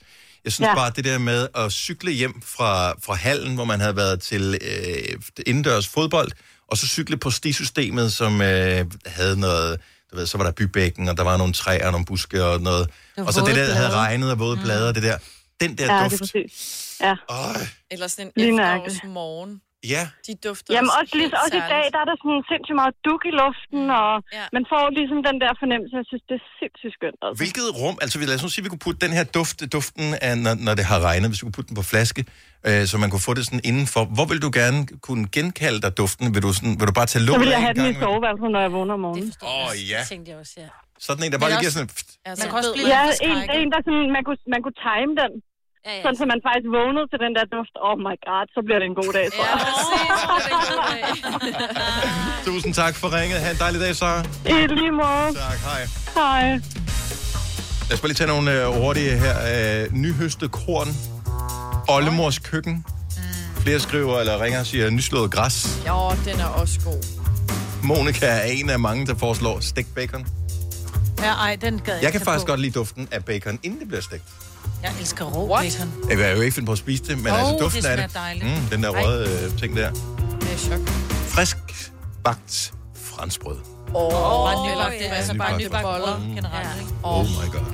Jeg synes Ja. ja. bare, at det der med at cykle hjem fra, fra hallen, hvor man havde været til øh, indendørs fodbold, og så cykle på stisystemet, som øh, havde noget... Du ved, så var der bybækken, og der var nogle træer og nogle buske og noget. var Og så det våde der, der havde blade. regnet og våde mm. blade og det der. Den der ja, det duft. er præcis. Ja. Eller sådan en Lige nøjagtigt. efterårsmorgen. Ja. De dufter Jamen også også, lige, helt også i dag, særligt. der er der sådan sindssygt meget duk i luften, og ja. man får ligesom den der fornemmelse, jeg synes, det er sindssygt skønt. Altså. Hvilket rum, altså lad os nu sige, at vi kunne putte den her duft, duften af, når, når det har regnet, hvis vi kunne putte den på flaske, øh, så man kunne få det sådan indenfor. Hvor vil du gerne kunne genkalde dig duften? Vil du, sådan, vil du bare tage Så låget vil af jeg en have den i gang? soveværelset, når jeg vågner om morgenen. Åh oh, ja, tænkte jeg også, ja. sådan en, der bare Men lige giver også- sådan en... pft. Altså, Man kan også blive ja, lidt en, forskrækket. en, der sådan, man kunne, man kunne time den. Ja, ja. Sådan, så man faktisk vågnede til den der duft. Oh my god, så bliver det en god dag, tror jeg. Tusind tak for ringet. Ha' en dejlig dag, Sara. I lige måde. Tak, hej. Hej. Lad os bare lige tage nogle øh, hurtige her. Øh, nyhøstet korn. Oldemors køkken. Flere skriver eller ringer og siger nyslået græs. Jo, den er også god. Monika er en af mange, der foreslår stegt bacon. Ja, ej, den gad Jeg kan faktisk godt lide duften af bacon, inden det bliver stegt. Jeg elsker rå bacon. Jeg kan jo ikke finde på at spise det, men Åh, oh, altså det duften af smager det. dejligt. Mm, den der Ej. røde øh, ting der. Det er chok. Frisk bagt franskbrød. Åh, oh, bare oh, nybagt, ja. altså Nybagt bare nybagt boller. Mm. Generelt, ikke? Oh. oh my god.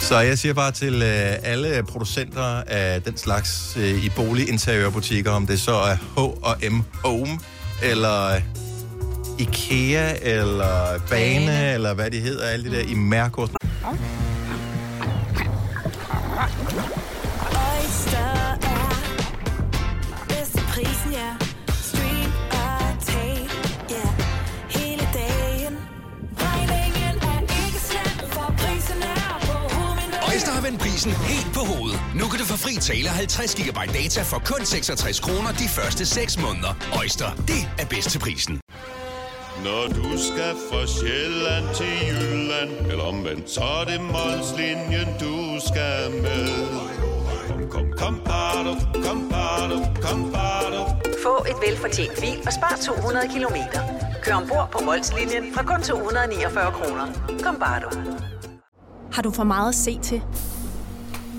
Så jeg siger bare til øh, alle producenter af den slags øh, i boliginteriørbutikker, om det så er H&M Home, eller øh, IKEA, eller Bane, eller hvad de hedder, alle de der i Mærkort. Oyster er bedst til prisen, ja. Stream og tag, ja. Hele dagen. Regningen er ikke slem, for prisen er på hovedet. Øjster har vendt prisen helt på hovedet. Nu kan du få fri tale 50 GB data for kun 66 kroner de første 6 måneder. Øjster, det er bedst til prisen. Når du skal fra Sjælland til Jylland Eller omvendt, så er det Molslinjen, du skal med Kom, kom, kom, bado, kom, bado, kom, bado. Få et velfortjent bil og spar 200 kilometer. Kør ombord på Molslinjen fra kun 249 kroner. Kom bare du. Har du for meget at se til?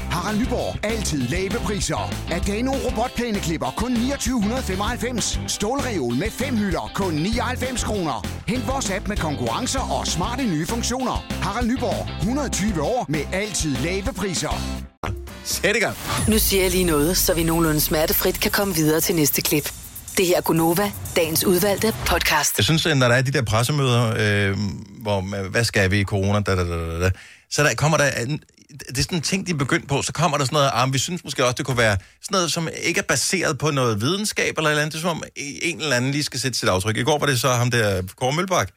Harald Nyborg. Altid lave priser. Adano robotplæneklipper kun 2995. Stålreol med fem hylder kun 99 kroner. Hent vores app med konkurrencer og smarte nye funktioner. Harald Nyborg. 120 år med altid lave priser. Sæt i gang. Nu siger jeg lige noget, så vi nogenlunde smertefrit kan komme videre til næste klip. Det her er Gunova, dagens udvalgte podcast. Jeg synes, at når der er de der pressemøder, øh, hvor man, hvad skal vi i corona, da, da, da, da, da, så der kommer der, en- det er sådan en ting, de er begyndt på, så kommer der sådan noget, ah, vi synes måske også, det kunne være sådan noget, som ikke er baseret på noget videnskab eller et eller andet, det er som om e, en eller anden lige skal sætte sit aftryk. I går var det så ham der, Kåre Mølbak,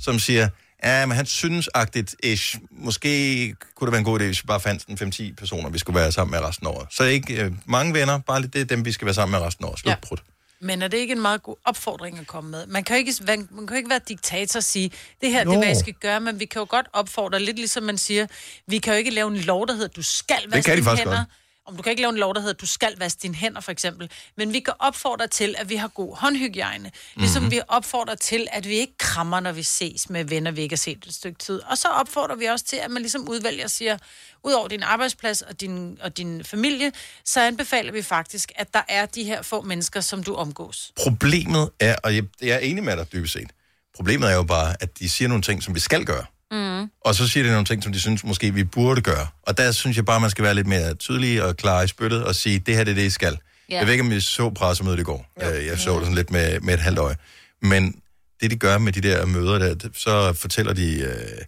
som siger, ja, men han synes agtigt, ish, måske kunne det være en god idé, hvis vi bare fandt sådan 5-10 personer, vi skulle være sammen med resten af året. Så ikke øh, mange venner, bare lidt det er dem, vi skal være sammen med resten af året. Slut ja. Men er det ikke en meget god opfordring at komme med? Man kan jo ikke, man, man kan jo ikke være diktator og sige, det her det er, Jo. hvad I skal gøre, men vi kan jo godt opfordre, lidt ligesom man siger, vi kan jo ikke lave en lov, der hedder, du skal vaske kan de dine faktisk hænder. godt. Om du kan ikke lave en lov, der hedder, du skal vaske dine hænder, for eksempel. Men vi kan opfordre til, at vi har god håndhygiejne. Ligesom Mhm. mm-hmm. vi opfordrer til, at vi ikke krammer, når vi ses med venner, vi ikke har set et stykke tid. Og så opfordrer vi også til, at man ligesom udvælger og siger, ud over din arbejdsplads og din, og din familie, så anbefaler vi faktisk, at der er de her få mennesker, som du omgås. problemet er, og jeg, jeg er enig med dig dybest set, Problemet er jo bare, at de siger nogle ting, som vi skal gøre. Mm. Og så siger de nogle ting, som de synes måske, vi burde gøre. Og der synes jeg bare, man skal være lidt mere tydelig og klar i spyttet og sige, det her det er det, I skal. Ja. Yeah. Jeg ved ikke, om I så pressemødet i går. Øh, Jeg så det sådan lidt med, med et halvt øje. Men det, de gør med de der møder, der, det- så fortæller de øh,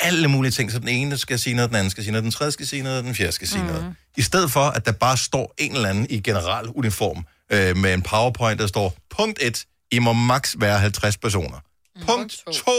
alle mulige ting. Så den ene skal sige noget, den anden skal sige noget, den tredje skal sige noget, den fjerde skal sige mm. noget. I stedet for, at der bare står en eller anden i general uniform øh, med en powerpoint, der står, punkt 1, I må maks være 50 personer. Punkt 2.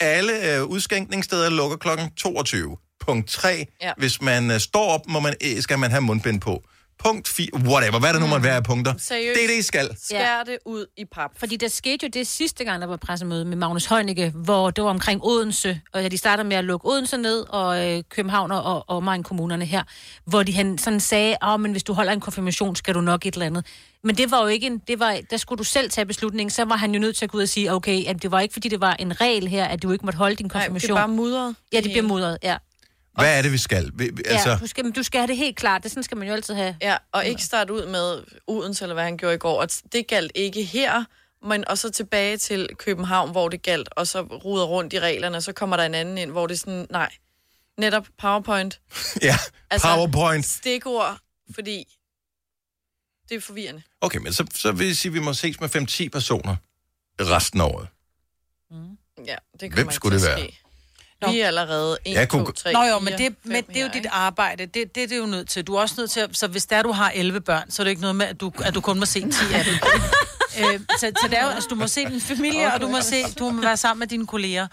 Alle øh, udskænkningssteder lukker klokken 22. Punkt 3. Ja. Ja. Hvis man øh, står op, må man, øh, skal man have mundbind på. Punkt 4. Whatever. Hvad der nu måtte være af punkter. Seriøst. Det er det, I skal. Skær det ud i pap. Fordi der skete jo det sidste gang, der var pressemøde med Magnus Heunicke, hvor det var omkring Odense, og ja, de startede med at lukke Odense ned, og øh, København og, og omegn kommunerne her, hvor de han sådan sagde, at men hvis du holder en konfirmation, skal du nok et eller andet. Men det var jo ikke en, det var, der skulle du selv tage beslutningen, så var han jo nødt til at gå ud og sige, okay, at det var ikke fordi, det var en regel her, at du ikke måtte holde din konfirmation. bare mudret. Ja, det bliver mudret, ja. Hvad er det, vi skal? Vi, vi- altså, ja du, skal, men du skal have det helt klart, det sådan skal man jo altid have. Ja, og ikke starte ud med Odense, eller hvad han gjorde i går. Og det galt ikke her, men og så tilbage til København, hvor det galt, og så ruder rundt i reglerne, og så kommer der en anden ind, hvor det er sådan, nej, netop PowerPoint. ja. PowerPoint. Altså, Stikord, fordi det er forvirrende. Okay, men så, så vil jeg sige, at vi må ses med 5-10 personer resten af året. Ja, det kommer Hvem ikke skulle til det at være? ske. Vi er allerede 1, Jeg 2, kunne- 3, Nå jo, men det, men det er jo dit arbejde. Det, det, det er du jo nødt til. Du er også nødt til at, Så hvis der du har 11 børn, så er det ikke noget med, at du, at du kun må se 10 *laughs* af dem. øh, så, så det er jo, altså, du må se din familie, okay. og du må, se, du må være sammen med dine kolleger.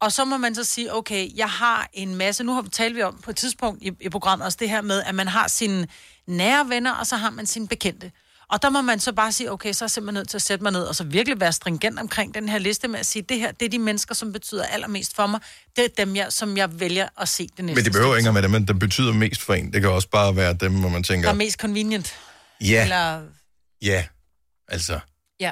Og så må man så sige, okay, jeg har en masse... Nu har talt vi om på et tidspunkt i, i programmet også det her med, at man har sine nære venner, og så har man sine bekendte. Og der må man så bare sige, okay, så er jeg simpelthen nødt til at sætte mig ned, og så virkelig være stringent omkring den her liste med at sige, det her, det er de mennesker, som betyder allermest for mig. Det er dem, jeg, som jeg vælger at se det næste Men det behøver sted. ikke at være dem, men det betyder mest for en. Det kan også bare være dem, hvor man Der er tænker, mest convenient. ja, Eller, ja, altså. ja.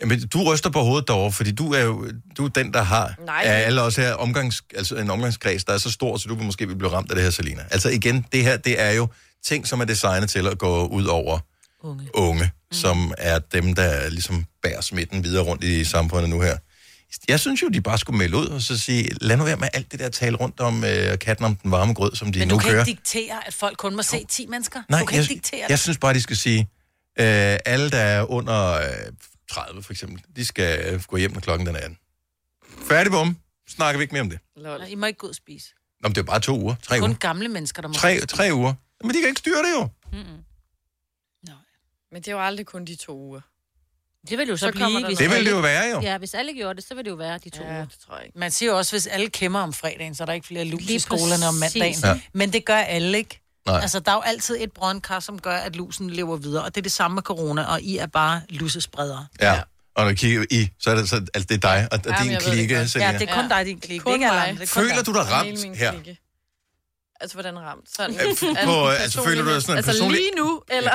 Jamen, du ryster på hovedet derovre, fordi du er jo du er den, der har Nej. af alle os her omgangs, altså en omgangskreds, der er så stor, så du vil måske vil blive ramt af det her, Selina. Altså igen, det her, det er jo ting, som er designet til at gå ud over unge, unge mm. som er dem, der ligesom bærer smitten videre rundt i samfundet nu her. Jeg synes jo, de bare skulle melde ud og så sige, lad nu være med alt det der tale rundt om øh, katten om den varme grød, som de Men nu du kan kører. ikke diktere, at folk kun må se 10 mennesker. Nej, du kan jeg, ikke diktere jeg synes bare, de skal sige, øh, alle, der er under øh, 30 for eksempel, de skal øh, gå hjem, når klokken den er 18. Færdig bum. Snakker vi ikke mere om det. Lol. I må ikke gå ud og spise. Nå, men det er jo bare to uger. Tre Kun uger. gamle mennesker, der må Tre, tre uger. Men de kan ikke styre det jo. Men det er jo aldrig kun de to uger. Det vil jo så, Så så kommer blive... der hvis noget. Det vil alle- det jo være, jo. Ja, hvis alle gjorde det, så vil det jo være de to ja, uger. det tror jeg ikke. Man siger jo også, hvis alle kæmmer om fredagen, så er der ikke flere lus Lige i skolerne om præcis. mandagen. Ja. Ja. Men det gør alle ikke. Nej. Nej. Altså, der er jo altid et brøndkar, som gør, at lusen lever videre. Og det er det samme med corona, og I er bare lusespredere. Ja. Og når du kigger i, så er det, så, altså, det er dig og, og Ja, men din jeg ved det klikke. godt. Selina. Ja, det er kun dig, din klikke. Kun Ikke alle andre. mig. Det er kun Føler dig. du dig ramt Hele min her? klikke. Altså, hvordan ramt? Sådan, Ja, på, øh, altså, føler du dig sådan en altså, personlig- lige nu, eller?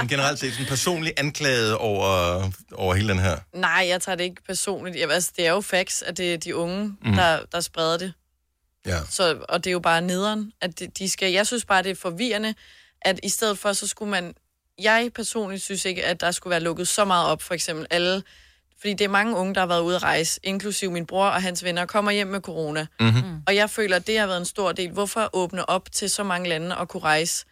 Men generelt set sådan personlig anklaget over, over hele den her. Nej, jeg tager det ikke personligt. Jeg, altså, det er jo facts, at det er de unge, Mm. mm. der, der spreder det. Ja. Så, og det er jo bare nederen, at de, de skal... Jeg synes bare, det er forvirrende, at i stedet for, så skulle man... Jeg personligt synes ikke, at der skulle være lukket så meget op, for eksempel alle... Fordi det er mange unge, der har været ude at rejse, inklusiv min bror og hans venner, kommer hjem med corona. Mm. Mhm. Mm. Mm-hmm. Og jeg føler, at det har været en stor del. Hvorfor åbne op til så mange lande og kunne rejse,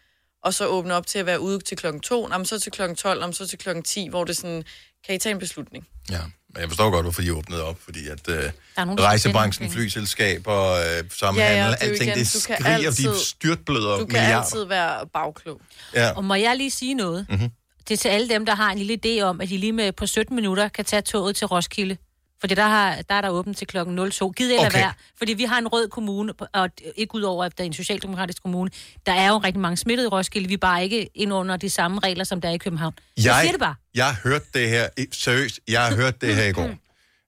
og så åbne op til at være ude til klokken 2, om så til klokken 12, om så til klokken 10, hvor det er sådan, kan I tage en beslutning? Ja, men jeg forstår godt, hvorfor de åbnede op, fordi at øh, er nogen, der rejsebranchen, tjener penge. flyselskaber, øh, samhandel, Ja, ja, ja, ja, det er jo alting, igen, det du kan skriger, altid, altid- de styrtbløder Du kan milliarder. altid være bagklog. Ja. Og må jeg lige sige noget? Mm-hmm. Det er til alle dem, der har en lille idé om, at de lige med på 17 minutter kan tage toget til Roskilde. Fordi der, har, der er der åbent til klokken 02. Gid eller okay. Okay. være. Fordi vi har en rød kommune, og ikke udover, at der er en socialdemokratisk kommune. Der er jo rigtig mange smittede i Roskilde. Vi er bare ikke ind under de samme regler, som der er i København. Jeg, jeg siger det bare. Jeg hørte det her, i- seriøst, jeg har hørt det her i Mm. går.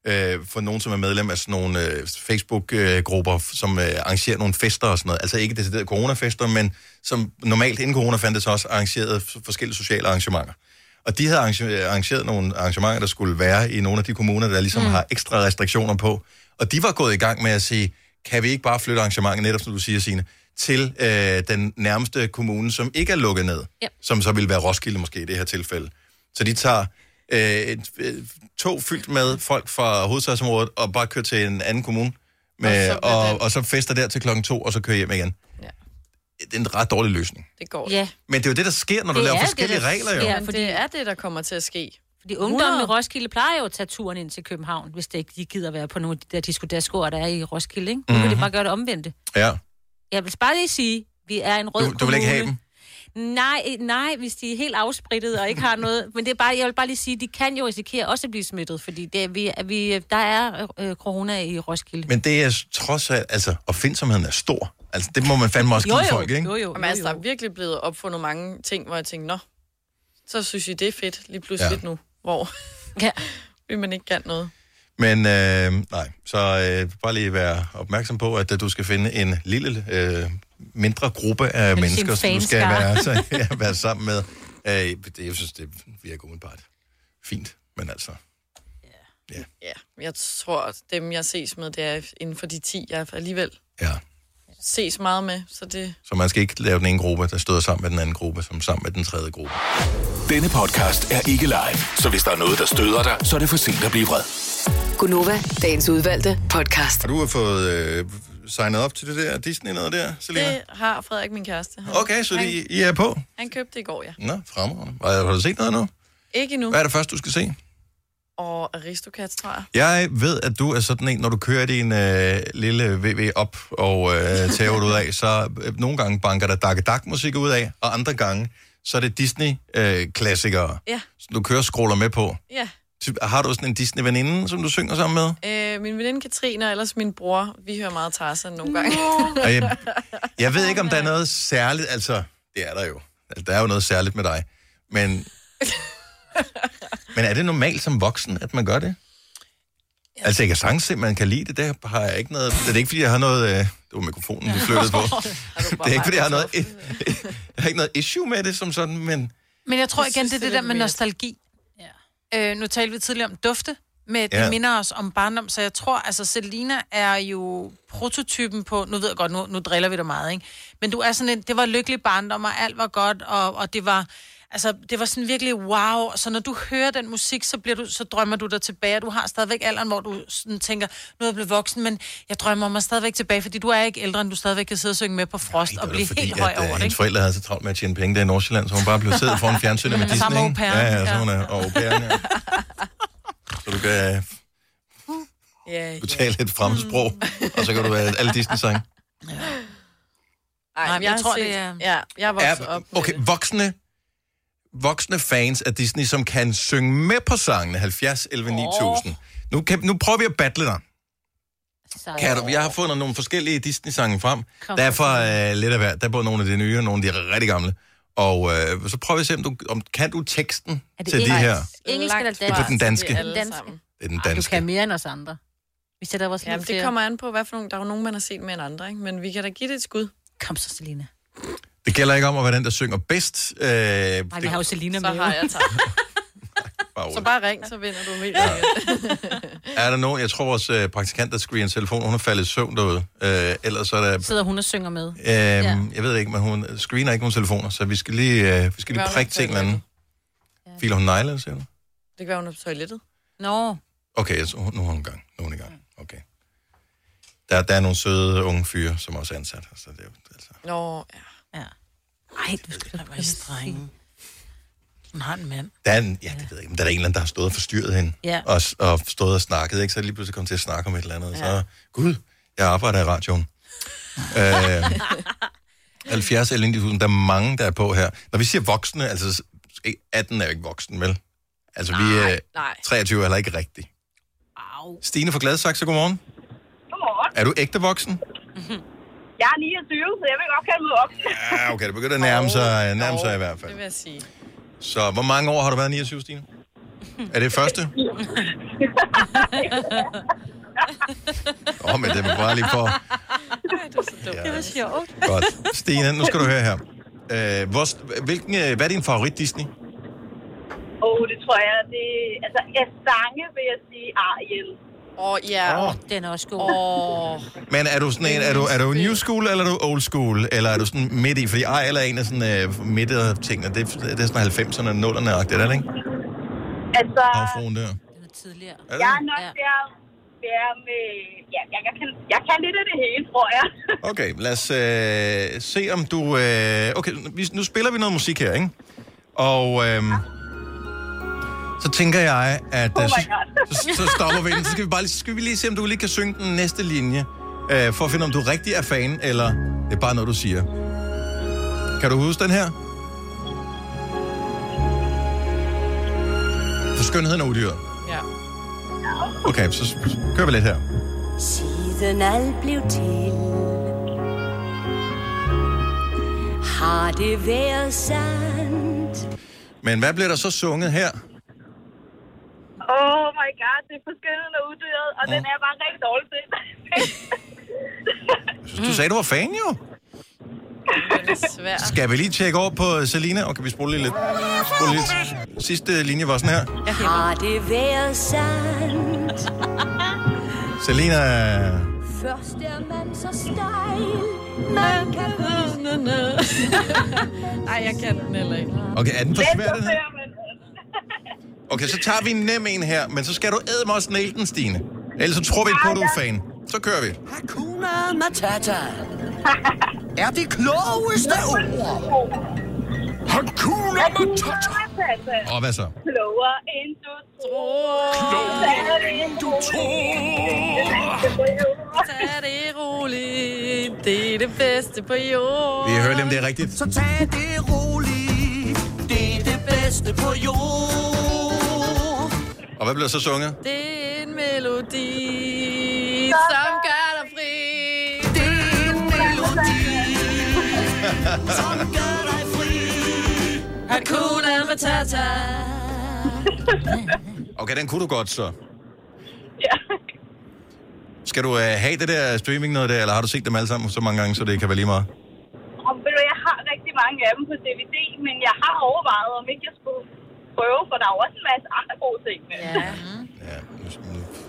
Øh, for nogen, som er medlem af sådan nogle øh, Facebook-grupper, som øh, arrangerer nogle fester og sådan noget. Altså ikke decideret coronafester, men som normalt inden corona fandtes også arrangerede f- forskellige sociale arrangementer. Og de havde arrange- arrangeret nogle arrangementer, der skulle være i nogle af de kommuner, der ligesom mm. har ekstra restriktioner på. Og de var gået i gang med at sige, kan vi ikke bare flytte arrangementet, netop som du siger, Signe, til øh, den nærmeste kommune, som ikke er lukket ned, Ja. som så ville være Roskilde måske i det her tilfælde. Så de tager øh, et øh, tog fyldt med folk fra hovedstadsområdet, og bare kører til en anden kommune, med, og, så og, og så fester der til klokken to, og så kører hjem igen. Ja. Det er en ret dårlig løsning. Det går Ja. Men det er jo det, der sker, når du Det laver er det, forskellige der regler, jo. sker. Ja, fordi... Det er det, der kommer til at ske. Fordi ungdommen i 100. Roskilde plejer jo at tage turen ind til København, hvis det ikke de gider være på nogle af de der diskodaskoer, der er i Roskilde, ikke? Nu kan Mhm. de bare gøre det omvendte. Ja. Jeg vil bare lige sige, vi er en rød Du, du vil ikke have dem? kommune. Nej, eh, nej, hvis de er helt afsprittet og ikke *laughs* har noget. Men det er bare, jeg vil bare lige sige, de kan jo risikere også at blive smittet, fordi det, er- vi, vi, der er øh, corona i Roskilde. Men det er trods alt, altså, opfindsomheden er stor. Altså, det må man fandme også give folk, ikke? jo, jo, Jamen, altså, der er virkelig blevet opfundet mange ting, hvor jeg tænkte, nå, så synes I, det er fedt lige pludselig Ja. ja. nu, hvor *laughs* ja. *laughs* vil man ikke kan noget. Men øh, nej, så øh, bare lige være opmærksom på, at øh, du skal finde en lille, øh, mindre gruppe af Vil du sige en mennesker, som du skal fanskare? være, *laughs* så, ja, være sammen med. Øh, det, jeg synes, det virker udenbart fint, men altså... Ja, jeg tror, at dem, jeg ses med, det er inden for de 10, jeg alligevel Ja. ses meget med, så det... Så man skal ikke lave den ene gruppe, der støder sammen med den anden gruppe, som sammen med den tredje gruppe. Denne podcast er ikke live, så hvis der er noget, der støder dig, så er det for sent at blive vred. Gunova, dagens udvalgte podcast. Har du fået øh, signet op til det der Disney noget der, Selina? Det har Frederik, min kæreste. Han, Okay, så han, de, I er på? han købte det i går, ja. Nå, fremragende. Har har du set noget nu? Ikke endnu. Hvad er det første, du skal se? Og Aristocats, tror jeg. Jeg ved, at du er sådan en, når du kører din øh, lille VV op og øh, tæver det ud af, så øh, nogle gange banker der dak dak musik ud af, og andre gange, så er det Disney-klassikere, Ja, som du kører og scroller med på. ja. Typ, Har du sådan en Disney-veninde, som du synger sammen med? Øh, min veninde Katrine og ellers min bror, vi hører meget Tarzan nogle gange. *laughs* Og jeg, jeg ved ikke, om der er noget særligt, altså, det er der jo. Altså, Der er jo noget særligt med dig. Men, men er det normalt som voksen, at man gør det? Altså, jeg kan sagtens se, at man kan lide det. Der har jeg ikke noget... Det er ikke, fordi jeg har noget... Øh, det var mikrofonen, vi *laughs* flyttede på. Det er ikke, fordi jeg har noget... Jeg har ikke noget issue med det som sådan, men... Men jeg tror Jeg igen, det er synes, det, det er der med lidt nostalgi. Ja. Øh, nu talte vi tidligere om dufte, men det Ja. minder os om barndom, så jeg tror, altså Selina er jo prototypen på, nu ved jeg godt, nu, nu driller vi dig meget, ikke? Men du er sådan en, det var lykkelig barndom, og alt var godt, og, og det var... Altså, det var sådan virkelig wow. Så når du hører den musik, så, bliver du, så drømmer du dig tilbage. og Du har stadigvæk alderen, hvor du sådan tænker, nu er jeg blevet voksen, men jeg drømmer mig stadigvæk tilbage, fordi du er ikke ældre, end du stadigvæk kan sidde og synge med på frost og Det var blive da fordi, helt høj at, øh, over det. hendes ikke? forældre havde så travlt med at tjene penge der i Nordsjælland, så hun bare *laughs* blev siddet foran fjernsynet med Men sammen Disney. med au ikke? ja, pairen, ja, så ja. hun er og au pairen, ja. Så du kan Ja, du tale et fremmedsprog, Mm. og så kan du være alle *laughs* Disney-sange. Ej, Nej, men jeg, jeg tror, tror, set, det er- Ja, jeg er vokset op. med okay, voksne, voksne fans af Disney, som kan synge med på sangene 70, 11, 9000. Nu, kan, nu prøver vi at battle dig. Kan du, jeg har fundet nogle forskellige Disney-sange frem. Kom. Der er fra øh, lidt af hver. Der er både nogle af de nye, og nogle af de rigtig gamle. Og øh, så prøver vi at se, om du om, kan du teksten til de her. Engelsk eller Det er på den danske. Det er den Det er danske. den Ej, du danske. kan mere end os andre. Vi sætter vores Jamen, det kommer an på, hvad for nogen. Der er jo nogen, man har set mere end andre, ikke? Men vi kan da give det et skud. Kom så, Selina. Det gælder ikke om at være den, der synger bedst. Øh, det, Nej, vi har jo Selina med. Så har jeg tabt. *laughs* Bare så bare ring, så vinder du mere. Ja. er der nogen? Jeg tror, vores øh, praktikant, der screener telefon, hun er faldet i søvn derude. Øh, ellers er der Sidder hun og synger med. Øhm, Jeg ved det ikke, men hun screener ikke nogen telefoner, så vi skal lige, øh, vi skal lige Hvad prikke til en eller anden. Filer hun negle, siger du? Det kan være, hun er på toilettet. Nå. Okay, så hun- nu er hun i gang. Nu er hun i gang. Okay. Der, der er nogle søde unge fyre, som også er ansat. her, Så det er, jo- altså, Nå, ja. ja. Ej, du skal da være streng. Hun har en mand. der er en, ja, det ved jeg ikke, men der er en eller anden, der har stået og forstyrret hende, Ja. og, s- og stået og snakket, ikke? så lige pludselig kom til at snakke om et eller andet. Ja. Ja. Så, gud, jeg arbejder i *laughs* radioen. øh, 70 eller 9000, der er mange, der er på her. Når vi siger voksne, altså s- 18 er jo ikke voksen, vel? Altså, vi er nej. 23 er heller ikke rigtigt. Stine fra Gladsaxe, godmorgen. Godmorgen. Er du ægte voksen? Jeg er 29, så jeg vil godt kalde mig op. Ja, okay, det begynder at nærme sig, nærme sig i hvert fald. Det vil jeg sige. Så hvor mange år har du været 29, Stine? Er det *laughs* første? Åh, oh, men det var bare lige for... Det var sjovt. Godt. Stine, nu skal du høre her. Øh, hvor, hvilken, øh, hvad er din favorit Disney? Åh, oh, det tror jeg, det... Altså, jeg sange, vil jeg sige, Ariel. Åh, oh, ja. Åh. Den er også god. Åh. Oh. Men er du sådan en, er du, er du new school, eller er du old school? Eller er du sådan midt i? Fordi ej, eller en af sådan øh, midtet tingene, det, det er sådan 90'erne, 0'erne, det er det, ikke? Altså, havfruen der. tidligere. Er det jeg det? er nok mere, mere med... Ja, jeg, jeg, kan, jeg kan lidt af det hele, tror jeg. Okay, lad os øh, se om du... Øh, okay, vi, nu spiller vi noget musik her, ikke? Og øh, så tænker jeg, at... Oh øh, my så, God. så, så stopper vi den. Så skal vi, bare lige, så skal vi lige se, om du lige kan synge den næste linje. Øh, for at finde, om du rigtig er fan, eller det er bare noget, du siger. Kan du huske den her? For skønheden er udyr. Ja. Okay, så, så kører vi lidt her. Siden alt blev til Har det været sandt Men hvad bliver der så sunget her? Oh my god, det er forskelligt og uddyret, og den er bare rigtig dårlig til. Du sagde, du var fan, jo. Svær. Skal vi lige tjekke over på Selina? Okay, vi spoler lige lidt. Spoler lidt. Sidste linje var sådan her. Har det været *laughs* sandt Selina... Først er man så stejl Man kan huske Nej, jeg kan den heller ikke. Okay, er den for svær, den her? Okay, så tager vi en nem en her, men så skal du æde mig også næle den, Stine. Ellers så tror vi ikke på, at du er fan. Så kører vi. Hakuna Matata *laughs* Er det klogeste ord Hakuna Matata Og hvad så? Klogere end du tror. Klogere end du tror. Tag det roligt, det er det bedste på jorden. *laughs* Vi hører lige, om det er rigtigt. Så tag det roligt Det er det bedste på jord Og hvad bliver der så sunget? Det er en melodi, som gør dig fri. Det er en melodi, som gør dig fri. Hakuna Matata. Okay, den kunne du godt, så. Ja. Skal du øh, have det der streaming noget der, eller har du set dem alle sammen så mange gange, så det kan være lige meget? Og ved du, jeg har rigtig mange af dem på DVD, men jeg har overvejet, om ikke jeg skulle prøve, for der er jo også en masse andre gode ting. Med. *laughs* Ja.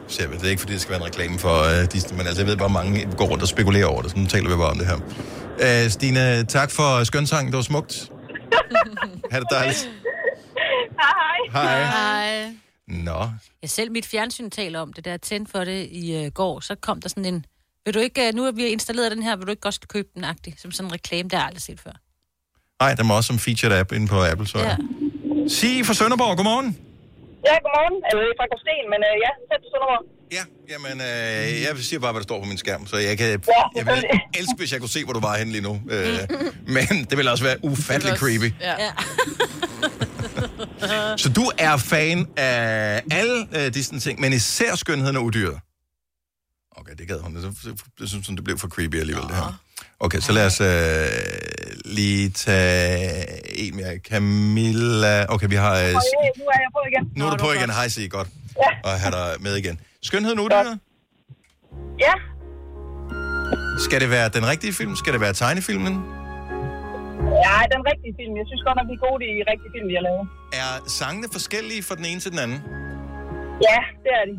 Så jeg ved, det er ikke, fordi det skal være en reklame for øh, Disney, men altså, jeg ved bare, mange går rundt og spekulerer over det, så nu taler vi bare om det her. Øh, Stine, tak for skønsang. Det var smukt. ha' det dejligt. Hej. Hej. Hej. Nå, Ja, selv mit fjernsyn taler om det, da jeg tændte for det i øh, går, så kom der sådan en, vil du ikke, øh, nu har vi installeret den her, vil du ikke godt købe den, agtig, som sådan en reklame, der har jeg aldrig set før. nej, der må også som featured app inde på Apple, så. Ja. Sige fra Sønderborg, godmorgen. Ja, godmorgen. Eller det er fra Gråsten, men øh, ja, tæt på Sønderborg. Ja, jamen, øh, jeg siger bare, hvad der står på min skærm, så jeg, kan, jeg vil elske, hvis jeg kunne se, hvor du var henne lige nu. Øh, men det vil også være ufattelig creepy. Ja. ja. Så du er fan af alle øh, Disney-ting, men især skønheden og udyret. Okay, det gad hun. Det, det, det synes hun, det blev for creepy alligevel, det her. Okay, så lad os øh, lige tage en mere. Camilla. Okay, vi har... Øh, Og, øh, nu er jeg på igen. nu er du på igen. Hej, Sige. Godt. Og have dig med igen. Skønheden og udyret? Ja, Skal det være den rigtige film? Skal det være tegnefilmen? ja, den rigtige film. Jeg synes godt nok, vi er gode i de rigtige film, vi har lavet. Er sangene forskellige fra den ene til den anden? Ja, det er de.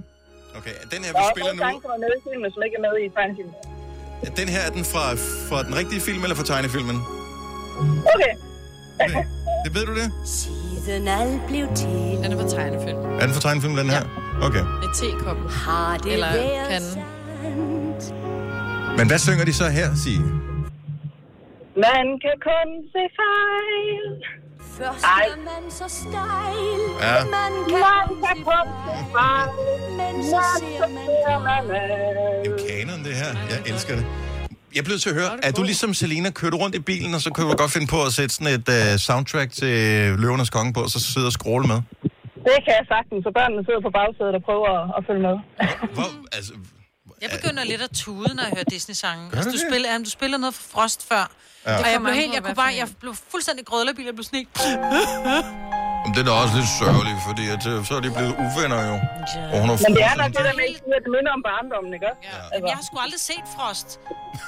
Okay, den her, Der vi er også spiller nogle sange, nu, som er med i filmen, som ikke er med i tegnefilmen. den her er den fra, fra den rigtige film eller fra tegnefilmen? Okay. Det ved du det? Siden alt blev til Den er fra tegnefilm. Er den fra tegnefilmen, den her? Okay. Det er tekoppen. Har det Eller været panden. Men hvad synger de så her, Sige? Man kan kun se fejl. Først Ej. er man så stejl Ja. Man kan kun se fejl Men så ser man Det er kanon, det her. Jeg elsker det. Jeg blev til at høre, er du ligesom Selina, kørte rundt i bilen, og så kunne du godt finde på at sætte sådan et uh, soundtrack til Løvernes Konge på, og så sidde og scrolle med? Det kan jeg sagtens, så børnene sidder på bagsædet og prøver at, at følge med. Jeg begynder lidt at tude, når jeg hører Disney-sange. Gør Altså, du du, det? spiller, jamen, du spiller noget fra Frost før. Ja. Ja. Det Og jeg kommer blev, an helt, på, jeg hvad kunne for bare, jeg blev fuldstændig grødlerbil, jeg blev sådan helt... Jamen, det er da også lidt sørgeligt, fordi at, øh, så er de blevet uvenner jo. Og hun har Men det er nok fuldstændig- det der med, at det minder om barndommen, ikke også? Altså. Ja. Jeg har sgu aldrig set Frost.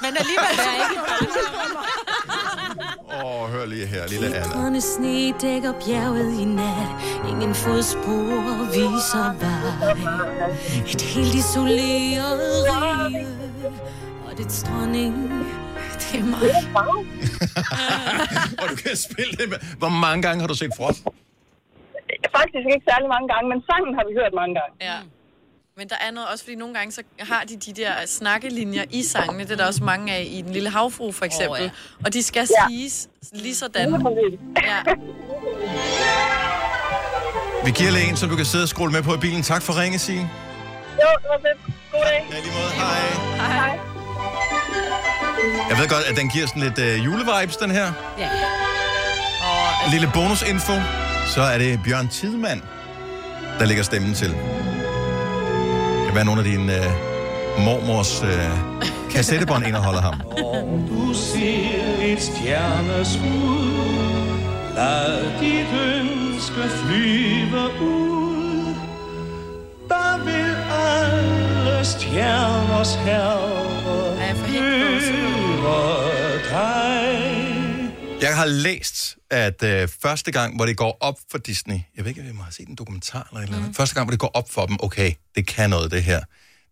Men *laughs* alligevel er jeg ikke i Åh, oh, hør lige her, lille Anna. Grønne sne dækker bjerget i nat Ingen fodspor viser vej Et helt isoleret rige Og det dronning, det er mig og du kan spille det med. Hvor mange gange har du set Frost? faktisk ikke særlig mange gange, men sangen har vi hørt mange gange. Ja. Men der er noget også, fordi nogle gange så har de de der snakkelinjer i sangene. Det er der også mange af i Den Lille Havfru, for eksempel. Oh, ja. Og de skal ja. siges lige sådan. Ja. Vi giver lige en, som du kan sidde og scrolle med på i bilen. Tak for ringe, Signe. Jo, det var fedt. God dag. Ja, lige måde. Hej. Hej. Jeg ved godt, at den giver sådan lidt øh, julevibes, den her. Ja. En lille bonusinfo. Så er det Bjørn Tidemand, der lægger stemmen til. Det kan være nogle af dine øh, mormors øh, kassettebånd indeholder ham. Du ser et stjerneskud Lad dit ønske flyve ud Der vil alle stjerners herre Høre dig Jeg har læst, at øh, første gang, hvor det går op for Disney, jeg ved ikke, om jeg har set en dokumentar eller et eller andet, mm. første gang, hvor det går op for dem, okay, det kan noget, det her.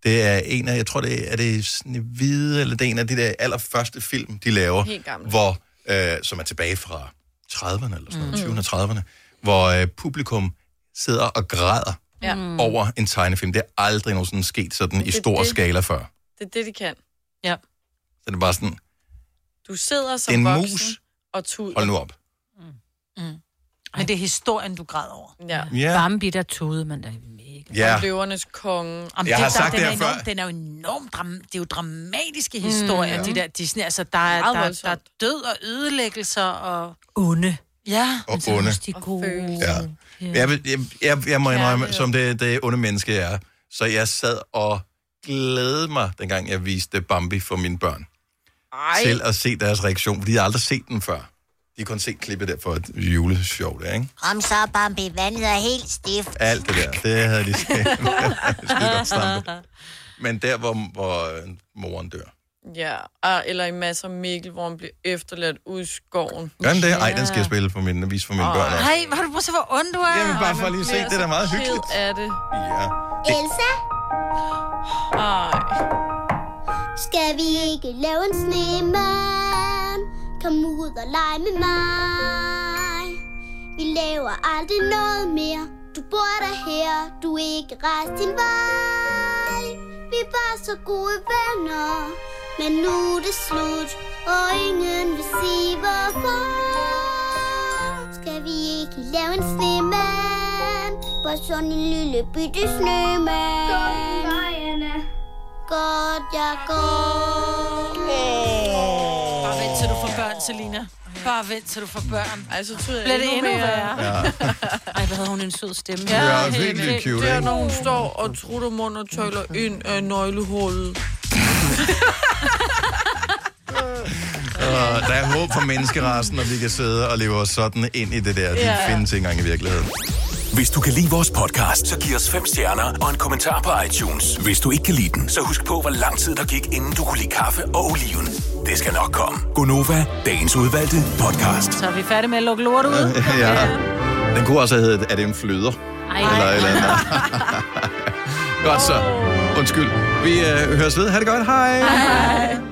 Det er en af, jeg tror, det er, er det Snevide, eller det er en af de der allerførste film, de laver, Helt gamle. hvor, øh, som er tilbage fra 30'erne, eller sådan Mm. noget, 20'erne og 30'erne, hvor øh, publikum sidder og græder Ja. Hmm. mm. over en tegnefilm. Det er aldrig nogensinde sket sådan i Det er stor det. skala før. Det er det, de kan. Ja. Så det er bare sådan, Du sidder som En voksen mus. og tuder. hold nu op. Mm. Men det er historien, du græder over. Ja. Ja. Bambi, der tude man da. Ja. Om løvernes konge. Jeg Om det har er sagt den det er her enorm, før. Den er jo enormt dram, det er jo dramatiske historier, Mm, mm, ja. de der Disney. Altså, der er, Meget der, der er voldsomt. død og ødelæggelser og... Onde. Ja. Og onde. De gode. Ja. Jeg, vil- jeg, jeg, jeg må indrømme, som det, det onde menneske jeg er, så jeg sad og glædede mig, dengang jeg viste Bambi for mine børn, Ej. til at se deres reaktion, fordi jeg har aldrig set den før. De har kun set klippet der for et juleshow der, ikke? Kom så, Bambi. Vandet er helt stift. Alt det der, det havde de *laughs* skide godt stampet. Men der, hvor, hvor øh, moren dør. Ja, ah, eller i masser af Mikkel, hvor han bliver efterladt ud i skoven. Gør den det? Ej, den skal jeg spille for mine, vise for mine Åh. børn også. Hej, hvor er du prøver så, hvor ond du er. altså. Jamen, bare for lige at se, det er da meget hyggeligt. Ked af det. Ja. Elsa? Skal vi ikke lave en snemand? Kom ud og leg med mig. Vi laver aldrig noget mere. Du bor der her, du er ikke rejst din vej. Vi var så gode venner, men nu er det slut, og ingen vil sige hvorfor. Skal vi ikke lave en snemand? På sådan en lille bitte snemand. Godt, Anna. Godt, jeg går. Bare vent til du får børn, Selina. Bare vent til du får børn. Ej, så tyder jeg Bliver det endnu endnu mere. værre? Ja. Ej, hvor havde hun en sød stemme. Ja, Ja, helt virkelig vildt. cute, Det er, ikke? når hun står og trutter mund og tøjler ind af nøglehullet. Og Øh, der er håb for menneskerassen, og vi kan sidde og leve os sådan ind i det der. De Ja. findes ikke engang i virkeligheden. Hvis du kan lide vores podcast, så giv os fem stjerner og en kommentar på iTunes. Hvis du ikke kan lide den, så husk på, hvor lang tid der gik, inden du kunne lide kaffe og oliven. Det skal nok komme. Gonova, dagens udvalgte podcast. Så er vi færdige med at lukke lort ud. ja. Den kunne også have heddet, er det en flyder? Ej. Eller et eller *laughs* andet. Godt så. Undskyld. Vi øh, høres ved. Ha' det godt. Hej. Hej.